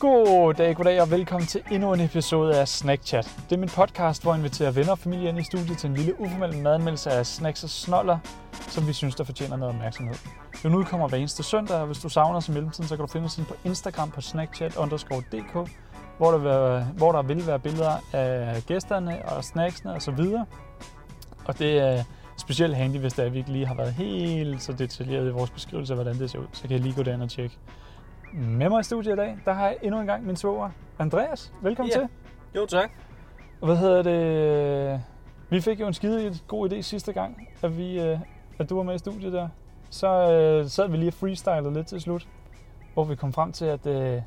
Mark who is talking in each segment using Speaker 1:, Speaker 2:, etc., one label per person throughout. Speaker 1: God dag, goddag og velkommen til endnu en episode af Snack Chat. Det er min podcast, hvor jeg inviterer venner og familie ind i studiet til en lille uformel madanmeldelse af snacks og snoller, som vi synes, der fortjener noget opmærksomhed. Den udkommer hver eneste søndag, og hvis du savner os i mellemtiden, så kan du finde os inde på Instagram på snackchat_dk, hvor der, vil, hvor der vil være billeder af gæsterne og snacksene osv. Og, og det er specielt handy, hvis det er, at vi ikke lige har været helt så detaljeret i vores beskrivelse af, hvordan det ser ud. Så kan jeg lige gå derhen og tjekke. Med mig i studiet i dag, der har jeg endnu en gang min svoger, Andreas. Velkommen
Speaker 2: Ja.
Speaker 1: til.
Speaker 2: Jo, tak.
Speaker 1: Og Hvad hedder det? Vi fik jo en skide god idé sidste gang, at, vi, øh, at du var med i studiet der. Så øh, sad vi lige og freestylede lidt til slut, hvor vi kom frem til, at øh,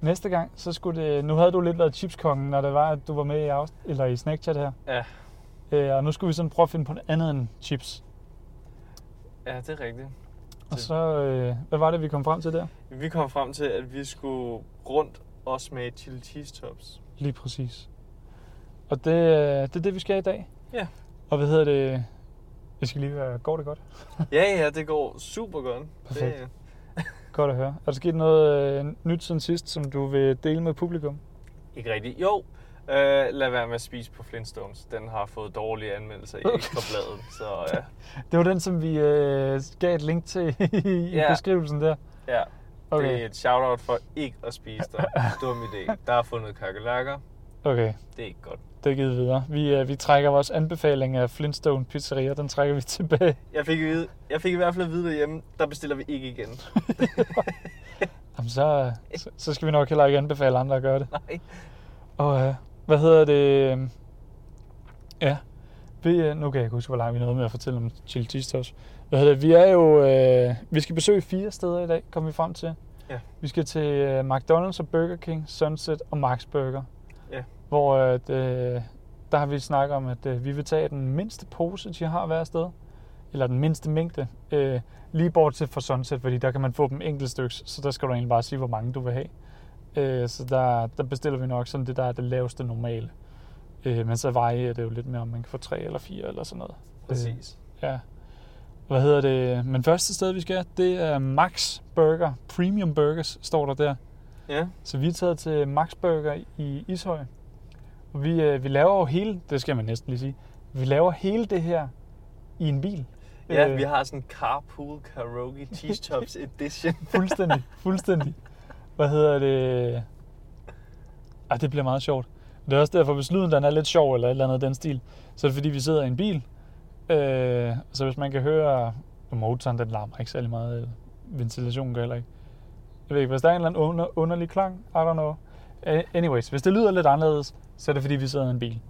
Speaker 1: næste gang, så skulle det... Nu havde du lidt været chipskongen, når det var, at du var med i, afs- eller i Snackchat her.
Speaker 2: Ja.
Speaker 1: Øh, og nu skulle vi sådan prøve at finde på noget andet end chips.
Speaker 2: Ja, det er rigtigt.
Speaker 1: Og
Speaker 2: Det-
Speaker 1: så, øh, hvad var det, vi kom frem til der?
Speaker 2: Vi kom frem til, at vi skulle rundt og smage chili cheese tops.
Speaker 1: Lige præcis. Og det, øh, det er det, vi skal i dag.
Speaker 2: Ja.
Speaker 1: Og hvad hedder det? Jeg skal lige være... Går det godt?
Speaker 2: Ja, ja, det går super godt.
Speaker 1: Perfekt.
Speaker 2: Det,
Speaker 1: Godt at høre. Er der sket noget øh, nyt siden sidst, som du vil dele med publikum?
Speaker 2: ikke rigtigt. Jo, øh, lad være med at spise på Flintstones. Den har fået dårlige anmeldelser i
Speaker 1: Okay.
Speaker 2: Ekstra Bladet, så øh, ja.
Speaker 1: Det var den, som vi øh, gav et link til i
Speaker 2: Ja.
Speaker 1: yeah. beskrivelsen der.
Speaker 2: ja. Okay. Det
Speaker 1: Okay.
Speaker 2: er et shout-out for ikke at spise dig. Dum idé. Der er fundet kakelakker.
Speaker 1: okay,
Speaker 2: Det er ikke godt.
Speaker 1: det er givet videre. Vi, øh, vi trækker vores anbefaling af Flintstone Pizzeria, den trækker vi tilbage.
Speaker 2: Jeg fik, at vide, jeg fik i hvert fald at vide derhjemme, der bestiller vi ikke igen.
Speaker 1: Jamen, så, øh, så- så skal vi nok heller ikke anbefale andre at gøre det.
Speaker 2: Nej.
Speaker 1: Og øh, hvad hedder det? øhm, Ja, vi, øh, nu kan jeg ikke huske, hvor langt vi nåede med at fortælle om Chili Cheese Toast. Hvad hedder det? Vi er jo, øh, vi skal besøge fire steder i dag, kommer vi frem til.
Speaker 2: Ja.
Speaker 1: Vi skal til øh, McDonald's og Burger King, Sunset og Max Burger.
Speaker 2: Ja.
Speaker 1: Hvor øh, at, øh, der har vi snakket om, at øh, vi vil tage den mindste pose, de har hver sted. Eller den mindste mængde. Øh, lige bortset fra Sunset, fordi der kan man få dem enkelt styks, så der skal du egentlig bare sige, hvor mange du vil have. Øh, så der, der bestiller vi nok sådan det, der er det laveste normale. Øh, men så varierer det jo lidt mere, om man kan få tre eller fire eller sådan noget.
Speaker 2: Præcis.
Speaker 1: Ja. Hvad hedder det? Men første sted, vi skal, det er Max Burger. Premium Burgers står der der.
Speaker 2: Ja.
Speaker 1: Så vi er taget til Max Burger i Ishøj. Og vi, øh, vi laver jo hele, det skal man næsten lige sige, vi laver hele det her i en bil.
Speaker 2: Ja,
Speaker 1: Øh,
Speaker 2: vi har sådan carpool karaoke cheese tops edition.
Speaker 1: Fuldstændig, fuldstændig. Hvad hedder det? Ej, det bliver meget sjovt. Det er også derfor, hvis lyden den er lidt sjov eller et eller andet i den stil, så er det fordi, vi sidder i en bil. Øh, så hvis man kan høre, og motoren den larmer ikke særlig meget, eller ventilationen gør heller ikke. Jeg ved ikke, hvis der er en eller anden under, underlig klang, I don't know. A- Anyways, hvis det lyder lidt anderledes, så er det fordi, vi sidder i en bil.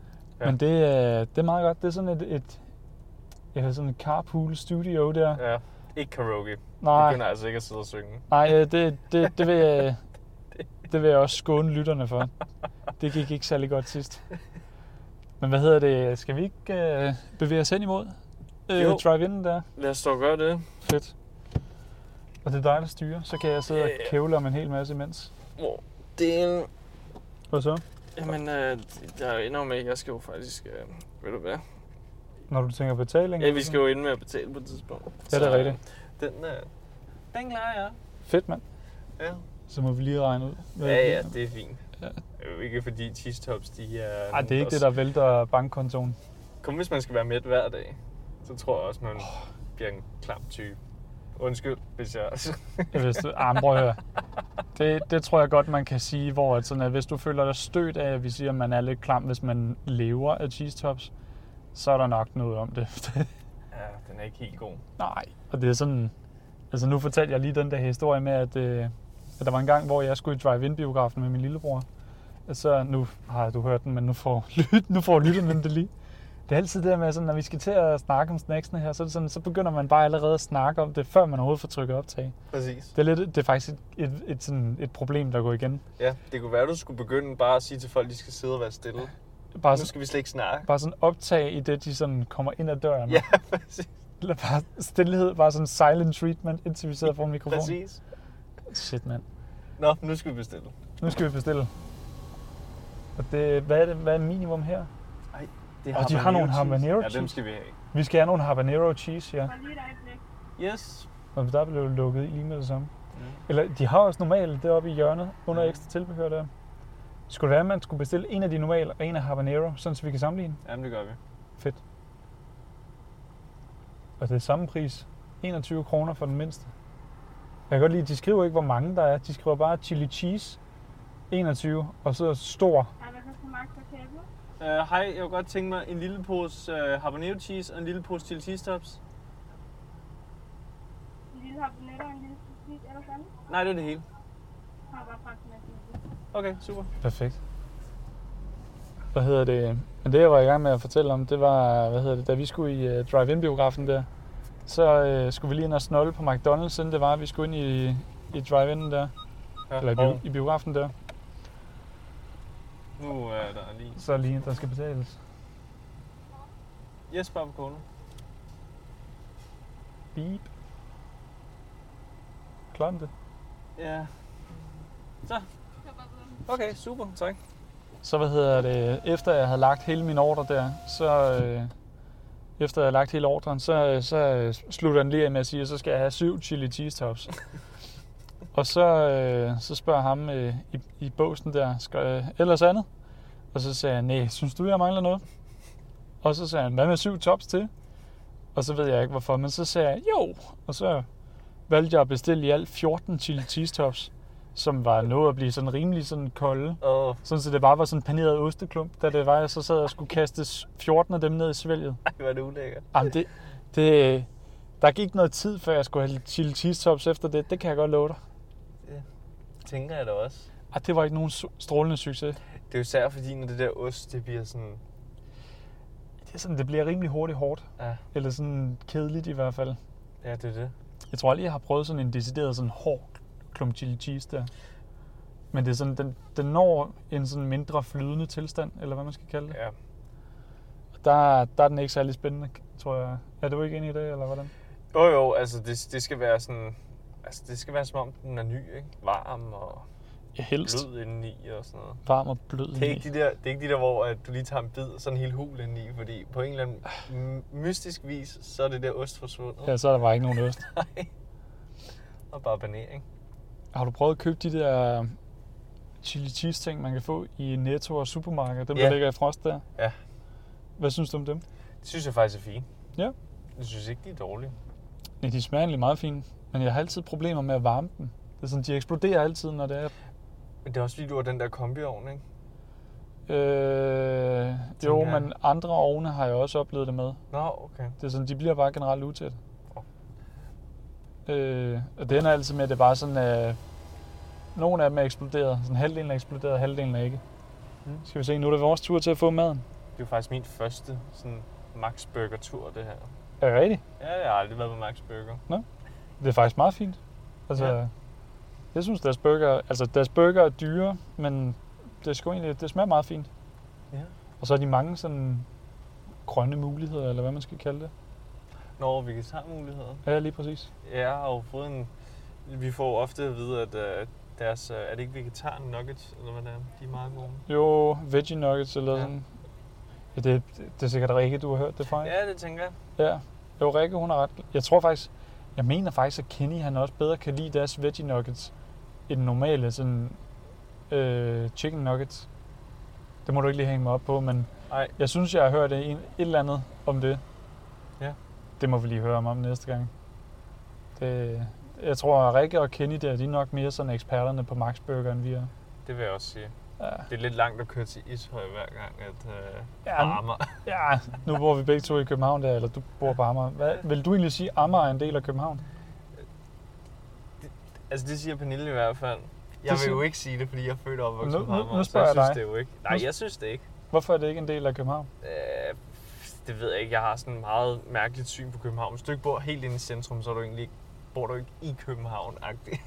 Speaker 1: Ja.
Speaker 2: Ja.
Speaker 1: Men det, øh, det er meget godt. Det er sådan et, et ja, sådan et carpool studio der.
Speaker 2: Ja, ikke karaoke. Nej.
Speaker 1: Nej.
Speaker 2: begynder altså ikke at sidde og synge.
Speaker 1: Nej, øh, det, det, det, vil jeg, det vil jeg også skåne lytterne for. Det gik ikke særlig godt sidst. Men hvad hedder det? Skal vi ikke øh, bevæge os hen imod øh,
Speaker 2: Jo.
Speaker 1: drive-in der?
Speaker 2: Lad os dog gøre det.
Speaker 1: Fedt. Og det er dig, der styrer. Så kan jeg sidde og
Speaker 2: Ja, ja.
Speaker 1: kævle om en hel masse imens.
Speaker 2: Hvor det er en...
Speaker 1: Hvad så?
Speaker 2: Jamen, øh, der er jo endnu med, jeg skal jo faktisk... Øh, ved du hvad?
Speaker 1: Når du tænker betaling?
Speaker 2: Ja, vi skal jo ende med at betale på et tidspunkt.
Speaker 1: Ja, det er
Speaker 2: Så, øh,
Speaker 1: rigtigt.
Speaker 2: Den, øh, den klarer jeg.
Speaker 1: Fedt, mand.
Speaker 2: Ja.
Speaker 1: Så må vi lige regne ud. hvad
Speaker 2: ja, ja,
Speaker 1: Det...
Speaker 2: det er fint.
Speaker 1: Ja.
Speaker 2: Det er jo ikke fordi cheese tops, de er...
Speaker 1: Ej, det er ikke det, der vælter bankkontoen.
Speaker 2: Kom, hvis man skal være med hver dag, så tror jeg også, man bliver en klam type. Undskyld, hvis jeg...
Speaker 1: Hvis du, ah, men prøv at høre. Det, det tror jeg godt, man kan sige, hvor at sådan, at hvis du føler dig stødt af, at vi siger, at man er lidt klam, hvis man lever af cheese tops, så er der nok noget om det.
Speaker 2: ja, den er ikke helt god.
Speaker 1: Nej. Og det er sådan... Altså nu fortalte jeg lige den der historie med, at, øh, at der var en gang, hvor jeg skulle i drive-in-biografen med min lillebror. Og Så nu har du hørt den, men nu får, lyt, nu får lytterne det lige. Det er altid det der med, sådan, når vi skal til at snakke om snacksene her, så, er det sådan, så begynder man bare allerede at snakke om det, før man overhovedet får trykket optag.
Speaker 2: Præcis.
Speaker 1: Det er, lidt, det er faktisk et, et, et, sådan et problem, der går igen.
Speaker 2: Ja, det kunne være, du skulle begynde bare at sige til folk, de skal sidde og være stille.
Speaker 1: Bare,
Speaker 2: Nu
Speaker 1: sådan-
Speaker 2: skal vi slet ikke snakke.
Speaker 1: bare sådan optag i det, de sådan kommer ind ad døren.
Speaker 2: Ja, præcis.
Speaker 1: Eller bare stillhed, bare sådan silent treatment, indtil vi sidder foran mikrofonen.
Speaker 2: præcis.
Speaker 1: Shit, mand.
Speaker 2: Nå, nu skal vi bestille.
Speaker 1: Nu skal vi bestille. Og det, hvad, er det, hvad er minimum her?
Speaker 2: Det
Speaker 1: Og de har nogle habanero
Speaker 2: Ja, dem
Speaker 1: cheese.
Speaker 2: skal vi have.
Speaker 1: Vi skal have nogle habanero cheese, ja.
Speaker 3: Bare lige et øjeblik.
Speaker 2: Yes.
Speaker 1: Og der blev lukket i lige med det samme.
Speaker 2: Mm.
Speaker 1: Eller de har også normalt deroppe i hjørnet, under ekstra tilbehør der. Skulle det være, at man skulle bestille en af de normale, og en af habanero, sådan så vi kan sammenligne?
Speaker 2: Jamen, det gør vi.
Speaker 1: Fedt. Og det er samme pris. 21 kroner for den mindste. Jeg kan godt lide, at de skriver ikke, hvor mange der er. De skriver bare chili cheese 21, og så stor.
Speaker 3: Ej, hvad koster Max og Kæbe?
Speaker 2: Øh, Hej, jeg kunne godt tænke mig en lille pose øh, habanero cheese og en lille pose chili cheese tops.
Speaker 3: En lille habanetter og en lille sisnit eller sådan.
Speaker 2: Nej, det er det hele.
Speaker 3: Har bare frem til næsten.
Speaker 2: Okay, super.
Speaker 1: Perfekt. Hvad hedder det? Men det, jeg var i gang med at fortælle om, det var, hvad hedder det, da vi skulle i uh, drive-in-biografen der, så uh, skulle vi lige ind og snolle på McDonald's, siden det var, at vi skulle ind i, i drive-in der,
Speaker 2: Ja,
Speaker 1: eller i,
Speaker 2: og
Speaker 1: bio, i biografen der.
Speaker 2: nu er der lige
Speaker 1: Så er lige, en, der skal betales.
Speaker 2: Jesper på konen.
Speaker 1: Beep. Klar det.
Speaker 2: Ja. Så. Okay, super. Tak.
Speaker 1: Så hvad hedder det, efter jeg havde lagt hele min ordre der, så øh, efter jeg havde lagt hele ordren, så, øh, så øh, slutter den lige af med at sige, at så skal jeg have syv chili cheese tops. og så, øh, så spørger ham øh, i, i båsen der, skal øh, ellers andet? Og så sagde jeg, nej, synes du, jeg mangler noget? Og så sagde han, hvad med syv tops til? Og så ved jeg ikke hvorfor, men så sagde jeg, jo. Og så valgte jeg at bestille i alt 14 chili cheese tops, som var nået at blive sådan rimelig sådan kolde.
Speaker 2: Åh, oh,
Speaker 1: Sådan, så det bare var sådan en paneret osteklump, da det var, jeg så sad og skulle kaste s- 14 af dem ned i svælget.
Speaker 2: det var det ulækkert.
Speaker 1: Jamen, det, det, der gik noget tid, før jeg skulle have lidt chili cheese tops efter det. Det kan jeg godt love dig.
Speaker 2: Tænker jeg da også.
Speaker 1: Ej, det var ikke nogen su- strålende succes.
Speaker 2: Det er jo især fordi, når det der ost, det bliver sådan...
Speaker 1: Det, er sådan, det bliver rimelig hurtigt hårdt.
Speaker 2: Ja,
Speaker 1: Eller sådan kedeligt i hvert fald.
Speaker 2: ja det er det.
Speaker 1: Jeg tror aldrig, jeg har prøvet sådan en decideret sådan hård klump chili cheese der. Men det er sådan, den, den når en sådan mindre flydende tilstand, eller hvad man skal kalde det.
Speaker 2: Ja.
Speaker 1: Der, der er den ikke særlig spændende, tror jeg. Er du ikke enig i det, eller hvordan?
Speaker 2: Jo jo, altså det, det skal være sådan... Altså det skal være som om den er ny, ikke? Varm og
Speaker 1: Ja, helst.
Speaker 2: blød indeni og sådan noget.
Speaker 1: varm og blød
Speaker 2: Det er,
Speaker 1: indeni.
Speaker 2: ikke de der, det er ikke de der, hvor at du lige tager en bid og sådan en hel hul indeni, fordi på en eller anden m- mystisk vis, så er det der ost forsvundet.
Speaker 1: Ja, så er der bare ikke nogen øst.
Speaker 2: Og bare banering.
Speaker 1: Har du prøvet at købe de der chili cheese ting, man kan få i Netto og supermarkeder? Dem, der
Speaker 2: Ja.
Speaker 1: ligger i frost der?
Speaker 2: Ja.
Speaker 1: Hvad synes du om dem?
Speaker 2: Det synes jeg faktisk er fint.
Speaker 1: Ja.
Speaker 2: Jeg synes ikke, de er dårlige.
Speaker 1: Ja, de smager egentlig meget fine, men jeg har altid problemer med at varme dem. Det er sådan, de eksploderer altid, når det er...
Speaker 2: Men det er også fordi, du har den der kombiovn, ikke?
Speaker 1: Øh, jo,
Speaker 2: Tænker jeg.
Speaker 1: men andre ovne har jeg også oplevet det med.
Speaker 2: Nå, okay.
Speaker 1: Det er sådan, de bliver bare generelt utæt. Øh, og det ender altid med, at det er bare sådan, øh, nogle af dem er eksploderet. Sådan halvdelen er eksploderet, halvdelen er ikke.
Speaker 2: Mm.
Speaker 1: Skal vi se, nu er det vores tur til at få maden.
Speaker 2: Det er faktisk min første sådan Max Burger tur, det her.
Speaker 1: Er det rigtigt?
Speaker 2: Ja, jeg har aldrig været på Max Burger.
Speaker 1: Det er faktisk meget fint. Altså, ja.
Speaker 2: Ja.
Speaker 1: jeg synes, deres burger, altså, deres burger er dyre, men det, er sgu egentlig, det smager meget fint.
Speaker 2: Ja.
Speaker 1: Og så er de mange sådan grønne muligheder, eller hvad man skal kalde det.
Speaker 2: Når vegetarmuligheder.
Speaker 1: Ja, lige præcis.
Speaker 2: Jeg har jo fået en... Vi får ofte at vide, at øh, deres... øh, Er det ikke vegetar nuggets, eller hvad det er? De er meget gode.
Speaker 1: Jo, veggie nuggets eller
Speaker 2: Ja.
Speaker 1: sådan. Ja, det, det er sikkert Rikke, du har hørt det fra. ikke?
Speaker 2: Ja, det tænker jeg.
Speaker 1: ja. Jo, Rikke, hun har ret. Jeg tror faktisk, jeg mener faktisk, at Kenny han også bedre kan lide deres veggie nuggets end normale sådan, øh, chicken nuggets. Det må du ikke lige hænge mig op på, men
Speaker 2: Nej.
Speaker 1: Jeg synes, jeg har hørt en, et eller andet om det.
Speaker 2: Ja.
Speaker 1: Det må vi lige høre om, om næste gang. Det, jeg tror, at Rikke og Kenny der, de er nok mere sådan eksperterne på Max Burger, end vi er.
Speaker 2: Det vil jeg også sige.
Speaker 1: Ja,
Speaker 2: Det er lidt langt at køre til Ishøj hver gang, at øh,
Speaker 1: ja,
Speaker 2: varmer.
Speaker 1: ja nu bor vi begge to i København der, eller du bor på Amager. Hvad, vil du egentlig sige, at Amager er en del af København?
Speaker 2: Altså det siger Pernille i hvert fald.
Speaker 1: Det
Speaker 2: Jeg vil jo
Speaker 1: siger-
Speaker 2: ikke sige det, fordi jeg er født og opvokset
Speaker 1: Nu-
Speaker 2: på
Speaker 1: nu-
Speaker 2: Amager,
Speaker 1: nu
Speaker 2: så
Speaker 1: spørger
Speaker 2: jeg
Speaker 1: jeg
Speaker 2: synes
Speaker 1: dig.
Speaker 2: det jo ikke. Nej,
Speaker 1: Nu-
Speaker 2: jeg synes det ikke.
Speaker 1: Hvorfor er det ikke en del af København?
Speaker 2: Øh, det ved jeg ikke. Jeg har sådan en meget mærkeligt syn på København. Hvis du ikke bor helt inde i centrum, så er du egentlig ikke, bor du ikke i københavn -agtig.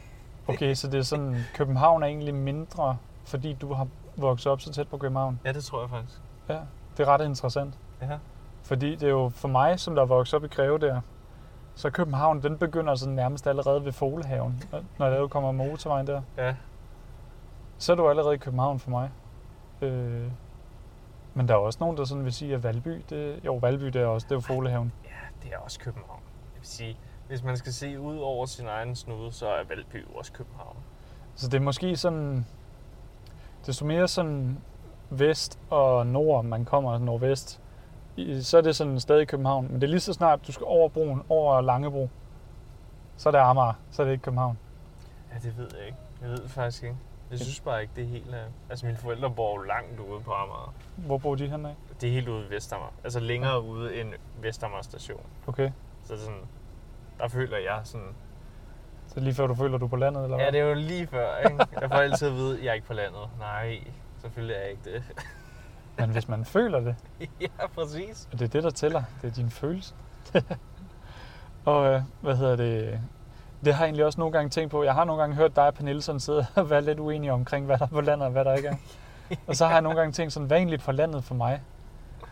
Speaker 1: Okay, så det er sådan, København er egentlig mindre, fordi du har vokset op så tæt på København.
Speaker 2: Ja, det tror jeg faktisk.
Speaker 1: Ja, det er ret interessant.
Speaker 2: Ja.
Speaker 1: Fordi det er jo for mig, som der er vokset op i Greve der, så København, den begynder sådan nærmest allerede ved Folehaven, når der jo kommer motorvejen der.
Speaker 2: Ja.
Speaker 1: Så er du allerede i København for mig. Øh, men der er også nogen, der sådan vil sige, at Valby, det, jo Valby det er også, det er jo Folehaven.
Speaker 2: Ja, det er også København. Jeg vil sige, hvis Hvis man skal se ud over sin egen snude, så er Valby jo også København.
Speaker 1: Så det er måske sådan, desto mere sådan vest og nord, man kommer altså nordvest, i- så er det sådan stadig København. Men det er lige så snart, du skal over broen, over Langebro, så er det Amager, så er det ikke København.
Speaker 2: Ja, det ved jeg ikke. Jeg ved det faktisk ikke. Jeg synes bare ikke, det er helt... øh, Altså, mine forældre bor jo langt ude på Amager.
Speaker 1: Hvor bor de henne af?
Speaker 2: Det er helt ude i Vestamager. Altså længere ude end Vestamager station.
Speaker 1: Okay,
Speaker 2: Så det er sådan, der føler jeg sådan...
Speaker 1: så lige før du føler, du er på landet, eller
Speaker 2: Ja,
Speaker 1: hvad?
Speaker 2: det er jo lige før, ikke? Jeg får altid at vide, at jeg er ikke på landet. Nej, selvfølgelig er jeg ikke det.
Speaker 1: Men hvis man føler det,
Speaker 2: ja, præcis.
Speaker 1: og det er det, der tæller, det er din følelse. og øh, hvad hedder det? Det har jeg egentlig også nogle gange tænkt på. Jeg har nogle gange hørt dig og Pernille sådan sidde og være lidt uenige omkring, hvad der er på landet og hvad der ikke er. Og så har jeg nogle gange tænkt sådan, hvad er egentlig for landet for mig?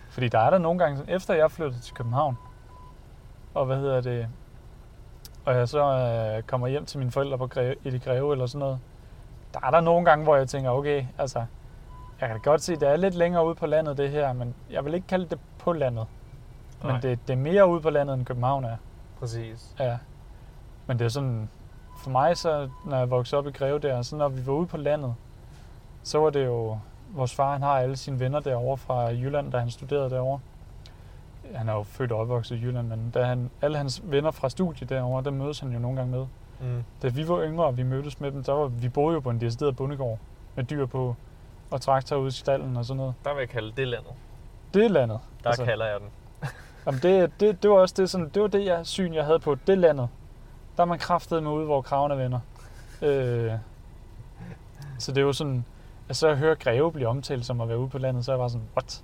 Speaker 1: Fordi der er der nogle gange, sådan, efter jeg flyttede til København, og hvad hedder det, og jeg så øh, kommer hjem til mine forældre på Greve, i det Greve eller sådan noget, der er der nogle gange, hvor jeg tænker, okay, altså, jeg kan da godt se, det er lidt længere ude på landet det her, men jeg vil ikke kalde det på landet. Men
Speaker 2: Nej.
Speaker 1: det, det er mere ude på landet, end København er.
Speaker 2: Præcis.
Speaker 1: Ja. Men det er sådan, for mig så, når jeg voksede op i Greve der, så når vi var ude på landet, så var det jo, vores far han har alle sine venner derovre fra Jylland, da han studerede derovre. Han er jo født og opvokset i Jylland, men da han, alle hans venner fra studiet derovre, der mødes han jo nogle gange med.
Speaker 2: Mm.
Speaker 1: Da vi var yngre, og vi mødtes med dem, der var, vi boede jo på en decideret bondegård med dyr på og traktor ude i stallen og sådan noget.
Speaker 2: Der vil jeg kalde det landet.
Speaker 1: Det er landet.
Speaker 2: Der altså, kalder jeg den.
Speaker 1: Jamen det, det, det var også det, sådan, det, var det jeg, syn, jeg havde på det landet. Der er man kraftet med ude, hvor kravene vender. Øh, så det er jo sådan, at så at høre Greve blive omtalt som at være ude på landet, så er jeg bare sådan, what?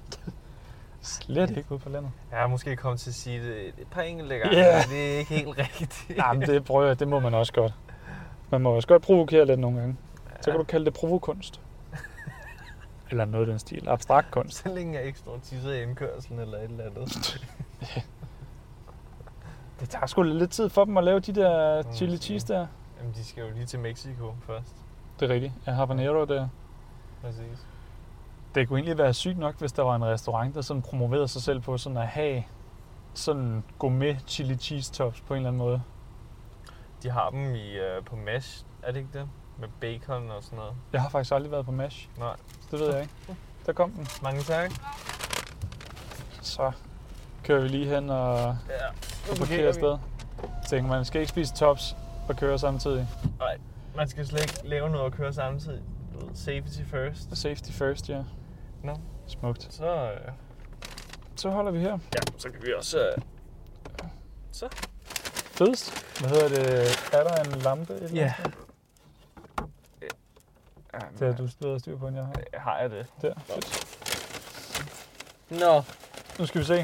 Speaker 1: Slet ikke ude på landet.
Speaker 2: Jeg er måske kommet til at sige det et par enkelte gange,
Speaker 1: Ja.
Speaker 2: yeah. det er ikke helt rigtigt.
Speaker 1: Jamen det prøver jeg, det må man også godt. Man må også godt provokere lidt nogle gange. Så kan du kalde det provokunst. Eller noget af den stil. Abstrakt kunst.
Speaker 2: Så længe jeg ikke står og tisser i indkørselen eller et eller andet.
Speaker 1: Det tager sgu lidt tid for dem at lave de der
Speaker 2: Mm,
Speaker 1: chili cheese der.
Speaker 2: Jamen, de skal jo lige til Mexico først.
Speaker 1: Det er rigtigt. Jeg har habanero der.
Speaker 2: Præcis.
Speaker 1: Det kunne egentlig være sygt nok, hvis der var en restaurant, der sådan promoverede sig selv på sådan at have sådan gourmet chili cheese tops på en eller anden måde.
Speaker 2: De har dem i, øh, på mash, er det ikke det? Med bacon og sådan noget.
Speaker 1: Jeg har faktisk aldrig været på MASH.
Speaker 2: Nej.
Speaker 1: Det ved jeg ikke. Der kom den.
Speaker 2: Mange tak.
Speaker 1: Så kører vi lige hen og
Speaker 2: Ja.
Speaker 1: og parkerer afsted. Tænker man, skal ikke spise tops og køre samtidig.
Speaker 2: Nej, man skal slet ikke lave noget og køre samtidig. Du ved, Safety first.
Speaker 1: Safety first, ja.
Speaker 2: Nå.
Speaker 1: Smukt.
Speaker 2: Så, øh,
Speaker 1: Så holder vi her.
Speaker 2: ja, så kan vi også... Øh,
Speaker 1: Fedest. Hvad hedder det? Er der en lampe? et eller andet sted?
Speaker 2: Jamen,
Speaker 1: Det har du bedre styr på, end jeg har.
Speaker 2: øh, Har jeg det?
Speaker 1: Der. Fedt.
Speaker 2: Nå,
Speaker 1: Nu skal vi se.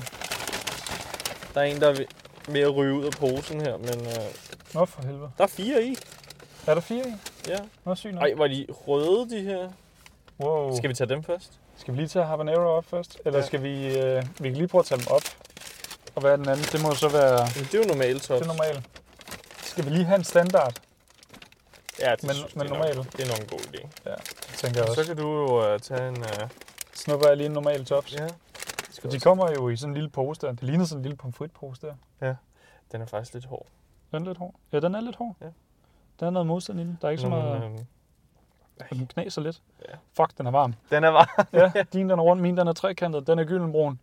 Speaker 2: der er en, der er ved- ved at ryge ud af posen her, men øh,
Speaker 1: Nå for helvede.
Speaker 2: der er fire i.
Speaker 1: Er der fire i?
Speaker 2: Ja.
Speaker 1: Nå, Uh. sygt nok.
Speaker 2: Ej, var de røde, de her?
Speaker 1: Wow.
Speaker 2: Skal vi tage dem først?
Speaker 1: Skal vi lige tage habanero op først? Eller
Speaker 2: Ja.
Speaker 1: skal vi... Øh, vi kan lige prøve at tage dem op. Og hvad er den anden? Det må så være...
Speaker 2: Men det er jo normalt tops.
Speaker 1: Det er normalt. Skal vi lige have en standard?
Speaker 2: Ja, det
Speaker 1: Men-
Speaker 2: synes,
Speaker 1: men
Speaker 2: det er
Speaker 1: normalt.
Speaker 2: Nok, det er nok en god idé.
Speaker 1: Tænker jeg
Speaker 2: Så
Speaker 1: også.
Speaker 2: kan du jo øh, tage en... Øh,
Speaker 1: Snupper jeg lige en normal tops.
Speaker 2: ja.
Speaker 1: For de kommer jo i sådan en lille pose der. Det ligner sådan en lille pomfritpose der.
Speaker 2: Den er faktisk lidt hård.
Speaker 1: Den er lidt hård. Ja, den er lidt hård.
Speaker 2: Ja.
Speaker 1: Den er noget modstand i den. Der er ikke så
Speaker 2: Men,
Speaker 1: meget...
Speaker 2: øhm,
Speaker 1: Og den knaser lidt.
Speaker 2: Ja.
Speaker 1: Fuck, den er varm.
Speaker 2: den er bare...
Speaker 1: Ja, din den er rund, min den er trekantet, den er gyldenbrun.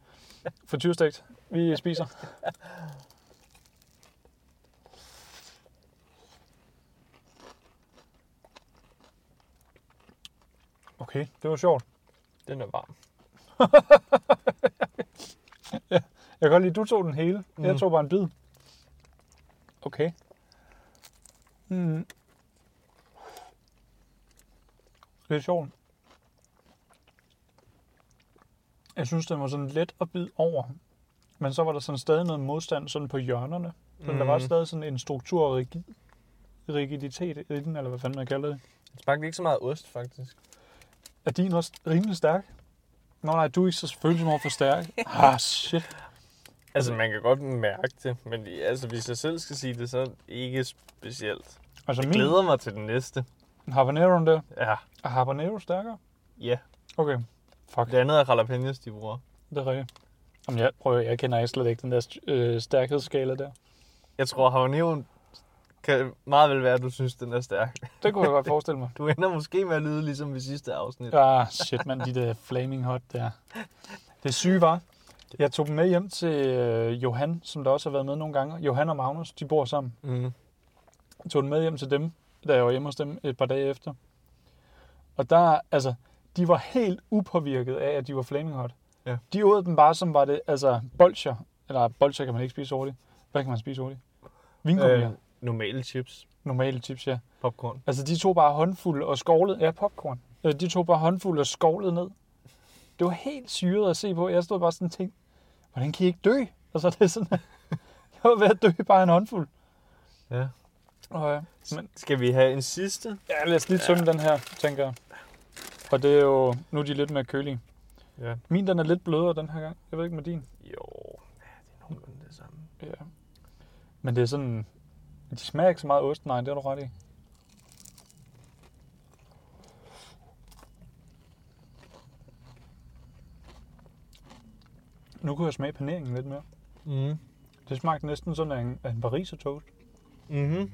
Speaker 1: For tyrestegt. Vi spiser. Okay, det var sjovt.
Speaker 2: Den er varm.
Speaker 1: Jeg kan godt lide, at du tog den hele. Mm. Jeg
Speaker 2: Mm.
Speaker 1: tog bare en bid. Okay. Mm. Det er sjovt. Jeg synes, den var sådan let at bide over. Men så var der sådan stadig noget modstand sådan på hjørnerne. Så mm. der var
Speaker 2: Mm.
Speaker 1: stadig sådan en struktur og rigid, rigiditet i den, eller hvad fanden man kalder det.
Speaker 2: Den smagte ikke så meget ost, faktisk.
Speaker 1: Er din også rimelig stærk? Nå nej, du er ikke så følsom over for stærk. ah, shit.
Speaker 2: Altså, man kan godt mærke det, men i- altså, hvis jeg selv skal sige det, så er det ikke specielt.
Speaker 1: Altså
Speaker 2: Jeg
Speaker 1: min
Speaker 2: glæder mig til den næste.
Speaker 1: habaneroen der,
Speaker 2: Ja.
Speaker 1: er habanero stærkere?
Speaker 2: Ja.
Speaker 1: Okay, fuck,
Speaker 2: Det andet er jalapenos, de bruger.
Speaker 1: det er rigtigt. Jamen, jeg, prøver, jeg kender ikke slet ikke den der øh, stærkhedsskala der.
Speaker 2: Jeg tror, habanero kan meget vel være, at du synes, den er stærk.
Speaker 1: Det kunne jeg godt forestille mig.
Speaker 2: Du ender måske med at lyde ligesom ved sidste afsnit.
Speaker 1: Ah, shit mand, de der flaming hot der. Det syge var, jeg tog dem med hjem til øh, Johan, som der også har været med nogle gange. Johan og Magnus, de bor sammen.
Speaker 2: Mm.
Speaker 1: Jeg tog den med hjem til dem, da jeg var hjemme hos dem et par dage efter. Og der, altså, de var helt upåvirket af, at de var flaming hot.
Speaker 2: Ja.
Speaker 1: De åd dem bare som var det, altså, bolcher. Eller bolcher kan man ikke spise hurtigt. Hvad kan man spise hurtigt? Vinkummier.
Speaker 2: Øh,
Speaker 1: Øh.
Speaker 2: normale chips.
Speaker 1: Normale chips, ja.
Speaker 2: Popcorn.
Speaker 1: Altså, de tog bare håndfulde og skovlede. Ja, popcorn. Øh, De tog bare håndfulde og skovlede ned. Det var helt syret at se på. Jeg stod bare sådan og tænkte, hvordan kan I ikke dø? Og så er det sådan, jeg var ved at dø bare af en håndfuld.
Speaker 2: Ja.
Speaker 1: Og, øh,
Speaker 2: Men skal vi have en sidste?
Speaker 1: ja, lad os lige tømme ja. den her, tænker jeg. Og det er jo, nu er de lidt mere kølige.
Speaker 2: Ja.
Speaker 1: Min, den er lidt blødere den her gang. Jeg ved ikke med din.
Speaker 2: Jo, ja, det er nogenlunde det samme.
Speaker 1: Ja. Men det er sådan, de smager ikke så meget af ost. Nej, det har du ret i. Nu kunne jeg smage paneringen lidt mere.
Speaker 2: Mm.
Speaker 1: Det smagte næsten sådan af en, af en pariser toast.
Speaker 2: Mm-hmm.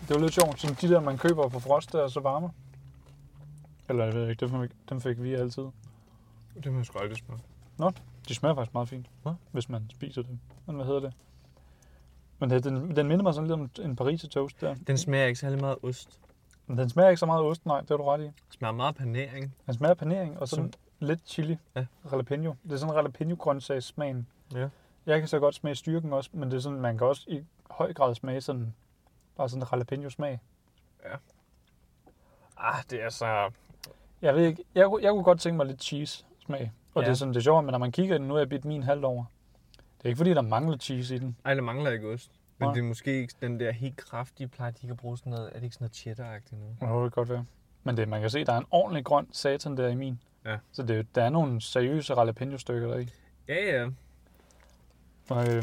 Speaker 1: Det var lidt sjovt, som de der, man køber på frost, der er så varme. Eller jeg ved ikke, dem fik, dem fik vi altid.
Speaker 2: Det må jeg sgu aldrig smage.
Speaker 1: De smager faktisk meget fint,
Speaker 2: Nå.
Speaker 1: hvis man spiser dem. Men hvad hedder det? Men det, den, den minder mig sådan lidt om en pariser toast der.
Speaker 2: Den smager ikke særlig meget af ost.
Speaker 1: Men den smager ikke så meget af ost, nej, det har du ret i.
Speaker 2: Den smager meget af panering.
Speaker 1: Den smager af panering og sådan lidt chili.
Speaker 2: Ja.
Speaker 1: Jalapeno. Det er sådan jalapeno grøntsagssmagen.
Speaker 2: Ja.
Speaker 1: Jeg kan så godt smage styrken også, men det er sådan, man kan også i høj grad smage sådan, bare sådan jalapeno smag.
Speaker 2: Ah, det er så...
Speaker 1: Jeg ved ikke, jeg, kunne- jeg kunne godt tænke mig lidt cheese smag. Og ja. det
Speaker 2: Ja.
Speaker 1: er sådan, det er sjovt, men når man kigger i den, nu er jeg bidt min halvt over. Det er ikke fordi, der mangler cheese i den.
Speaker 2: Ej, der mangler ikke ost. Men
Speaker 1: Nej.
Speaker 2: det er måske ikke den der helt kraftige plejer, de kan bruge sådan noget. Er det ikke sådan noget cheddar-agtigt noget?
Speaker 1: Det kan godt være. Men det, man kan se, der er en ordentlig grøn satan der i min.
Speaker 2: Ja.
Speaker 1: Så det, er jo- der er nogle seriøse jalapeno-stykker der i.
Speaker 2: Ja, ja.
Speaker 1: Og, øh,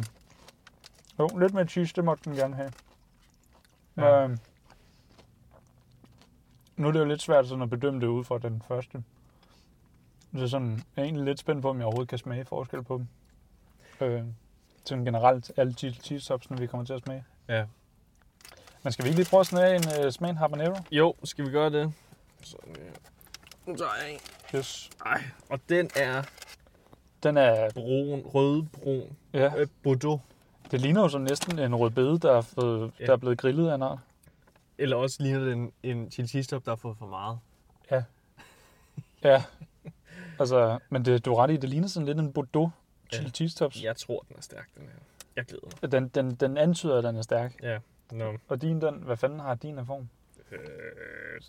Speaker 1: jo, lidt mere cheese, det måtte den gerne have.
Speaker 2: Ja.
Speaker 1: Ja. Øh, nu er det jo lidt svært sådan at bedømme det ud fra den første. Så sådan, jeg er egentlig lidt spændt på, om jeg overhovedet kan smage forskel på dem. Øh, sådan generelt, alle de cheese topsene, vi kommer til at smage.
Speaker 2: Ja.
Speaker 1: Men skal vi ikke lige prøve at smage en, uh, smage en habanero?
Speaker 2: Jo, skal vi gøre det? Sådan, ja. Nu tager jeg en.
Speaker 1: Yes.
Speaker 2: Ej, og den er
Speaker 1: Den er,
Speaker 2: brun, rødbrun.
Speaker 1: ja,
Speaker 2: Øh, Bordeaux.
Speaker 1: det ligner jo så næsten en rød bede, der er, fået,
Speaker 2: Ja.
Speaker 1: der er blevet grillet af en art.
Speaker 2: Eller også ligner det en, en chili cheese top, der har fået for meget.
Speaker 1: Ja. Altså, men det, du er ret i, det ligner sådan lidt en Bordeaux chili
Speaker 2: Ja.
Speaker 1: cheese tops.
Speaker 2: Jeg tror, den er stærk, den her. Jeg glæder mig.
Speaker 1: Den, den, den antyder, at den er stærk.
Speaker 2: Nå,
Speaker 1: Og din, den, hvad fanden har din af form?
Speaker 2: øh,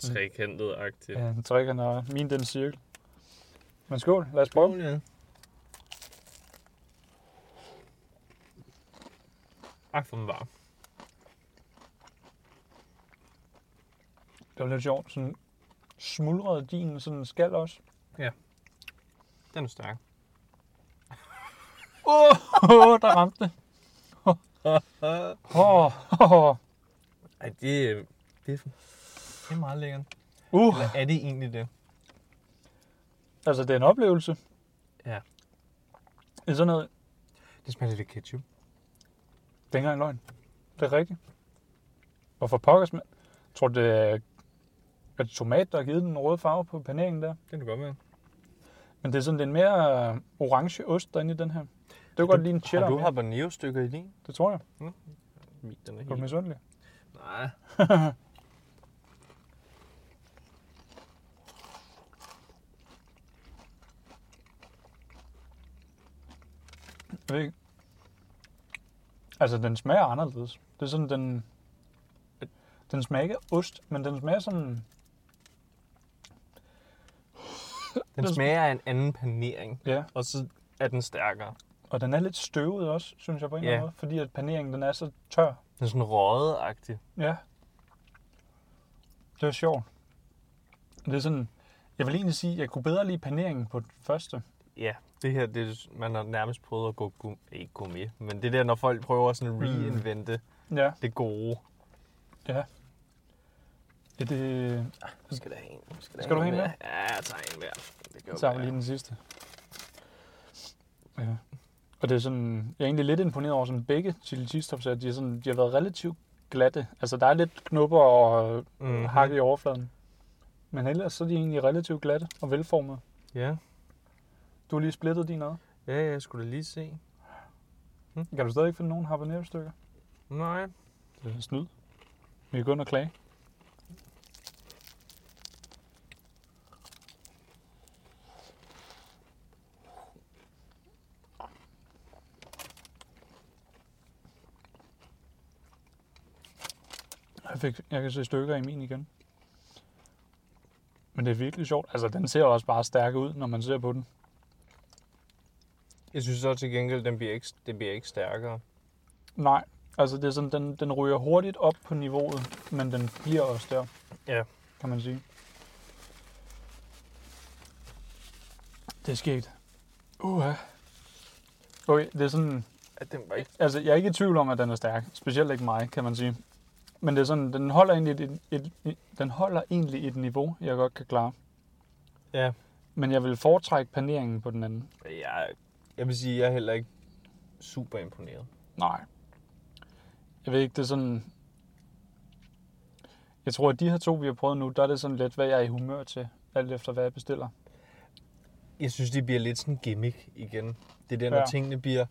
Speaker 2: trekantet-agtigt.
Speaker 1: Ja, den trækker, og min den er cirkel. Men skål, lad os prøve.
Speaker 2: ja. Ej, for den var.
Speaker 1: Det var lidt sjovt. Sådan smuldrede din sådan skal også.
Speaker 2: Den er stærk.
Speaker 1: Åh, oh, der ramte det. Åh, oh, oh.
Speaker 2: Ej, det, er- det, er- det er meget lækkert.
Speaker 1: Uh,
Speaker 2: Eller er det egentlig det?
Speaker 1: altså det er en oplevelse.
Speaker 2: Ja.
Speaker 1: Det er sådan noget,
Speaker 2: Det smager lidt af ketchup.
Speaker 1: det er ikke engang løgn. Det er rigtigt. Hvorfor pokkers, mand? Tror du, det er, er det tomat, der har givet den røde farve på paneringen der?
Speaker 2: Det kan du godt være.
Speaker 1: Men det er sådan lidt mere øh, orange ost, der er inde i den her. Det var
Speaker 2: Har
Speaker 1: godt lige en cheddar.
Speaker 2: Har du
Speaker 1: mere.
Speaker 2: habanero-stykker i din?
Speaker 1: Det tror jeg.
Speaker 2: Min, den er
Speaker 1: Er du
Speaker 2: helt...
Speaker 1: misundelig?
Speaker 2: Nej.
Speaker 1: Jeg ved ikke. Altså, den smager anderledes. Det er sådan, den... Den smager ikke af ost, men den smager sådan...
Speaker 2: Den smager af en anden panering.
Speaker 1: Ja,
Speaker 2: Og så er den stærkere.
Speaker 1: og den er lidt støvet også, synes jeg på en eller
Speaker 2: Ja.
Speaker 1: anden måde. Fordi at paneringen, den er så tør.
Speaker 2: Den er sådan røget-agtig.
Speaker 1: Ja. Det er sjovt. Det er sådan... Jeg vil egentlig sige, at jeg kunne bedre lide paneringen på den første.
Speaker 2: Ja, det her, det, man har nærmest prøvet at gå, gum, ikke gourmet, men det der, når folk prøver sådan at reinvente mm.
Speaker 1: Ja.
Speaker 2: det gode.
Speaker 1: Ja. øh, Ja, det...
Speaker 2: Nu skal der have en. Nu skal, der
Speaker 1: Skal du have en
Speaker 2: mere? Ja, jeg tager en mere. Det gør
Speaker 1: Så tager vi lige den sidste. Ja. Og det er sådan, jeg er egentlig lidt imponeret over sådan begge chili cheese tops, her. de, er sådan, de har været relativt glatte. Altså, der er lidt knupper og
Speaker 2: Mhm. Mm.
Speaker 1: mm-hmm. hak i overfladen. Men ellers så er de egentlig relativt glatte og velformede.
Speaker 2: Ja.
Speaker 1: Du har lige splittet din ad.
Speaker 2: ja, ja, jeg skulle da lige se.
Speaker 1: Kan du stadig ikke finde nogen habanero stykker?
Speaker 2: Nej.
Speaker 1: Det er øh, snyd. Vi kan gå ind og klage. Jeg, fik, jeg kan se stykker i min igen. Men det er virkelig sjovt. Altså, den ser også bare stærk ud, når man ser på den.
Speaker 2: Jeg synes så til gengæld, den bliver ikke, den bliver ikke stærkere.
Speaker 1: Nej, altså det er sådan, den, den ryger hurtigt op på niveauet, men den bliver også der.
Speaker 2: Ja.
Speaker 1: Kan man sige. Det er sket. Uha. Okay, det er sådan,
Speaker 2: At den var ikke...
Speaker 1: altså jeg er ikke i tvivl om, at den er stærk. Specielt ikke mig, kan man sige. Men det er sådan, den holder egentlig et, et, et, den holder egentlig et niveau, jeg godt kan klare.
Speaker 2: Ja.
Speaker 1: Men jeg vil foretrække paneringen på den anden.
Speaker 2: Jeg, jeg vil sige, jeg er heller ikke super imponeret.
Speaker 1: Nej. Jeg ved ikke, det er sådan... Jeg tror, at de her to, vi har prøvet nu, der er det sådan lidt, hvad jeg er i humør til, alt efter hvad jeg bestiller.
Speaker 2: Jeg synes, det bliver lidt sådan en gimmick igen. Det der, når
Speaker 1: Ja.
Speaker 2: ja. tingene bliver...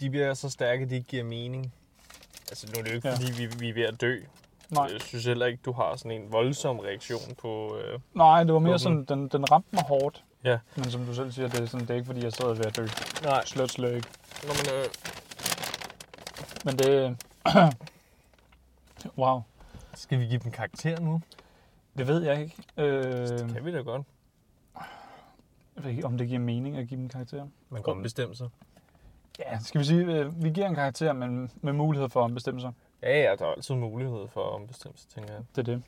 Speaker 2: De bliver så stærke, at de ikke giver mening. Altså, nu er det jo ikke,
Speaker 1: Ja.
Speaker 2: ja. fordi vi, vi er ved at dø.
Speaker 1: Nej,
Speaker 2: Jeg synes heller ikke, du har sådan en voldsom reaktion på... Øh...
Speaker 1: Nej det var mere
Speaker 2: Hvorfor?
Speaker 1: sådan, den, den ramte mig hårdt.
Speaker 2: Ja.
Speaker 1: Men som du selv siger, det er, sådan, det er ikke, fordi jeg sad ved at dø.
Speaker 2: Nej,
Speaker 1: Slet, slet ikke.
Speaker 2: Nå, men, øh...
Speaker 1: Men det... wow.
Speaker 2: Skal vi give dem karakter nu?
Speaker 1: Det ved jeg ikke. Øh,
Speaker 2: Kan vi da godt.
Speaker 1: jeg ved ikke, om det giver mening at give dem karakter.
Speaker 2: Man kan bestemme sig.
Speaker 1: Ja, skal vi sige, øh, vi giver en karakter, men med mulighed for at ombestemme sig.
Speaker 2: Ja, ja, der er altid mulighed for at ombestemme sig, tænker jeg.
Speaker 1: Det er det.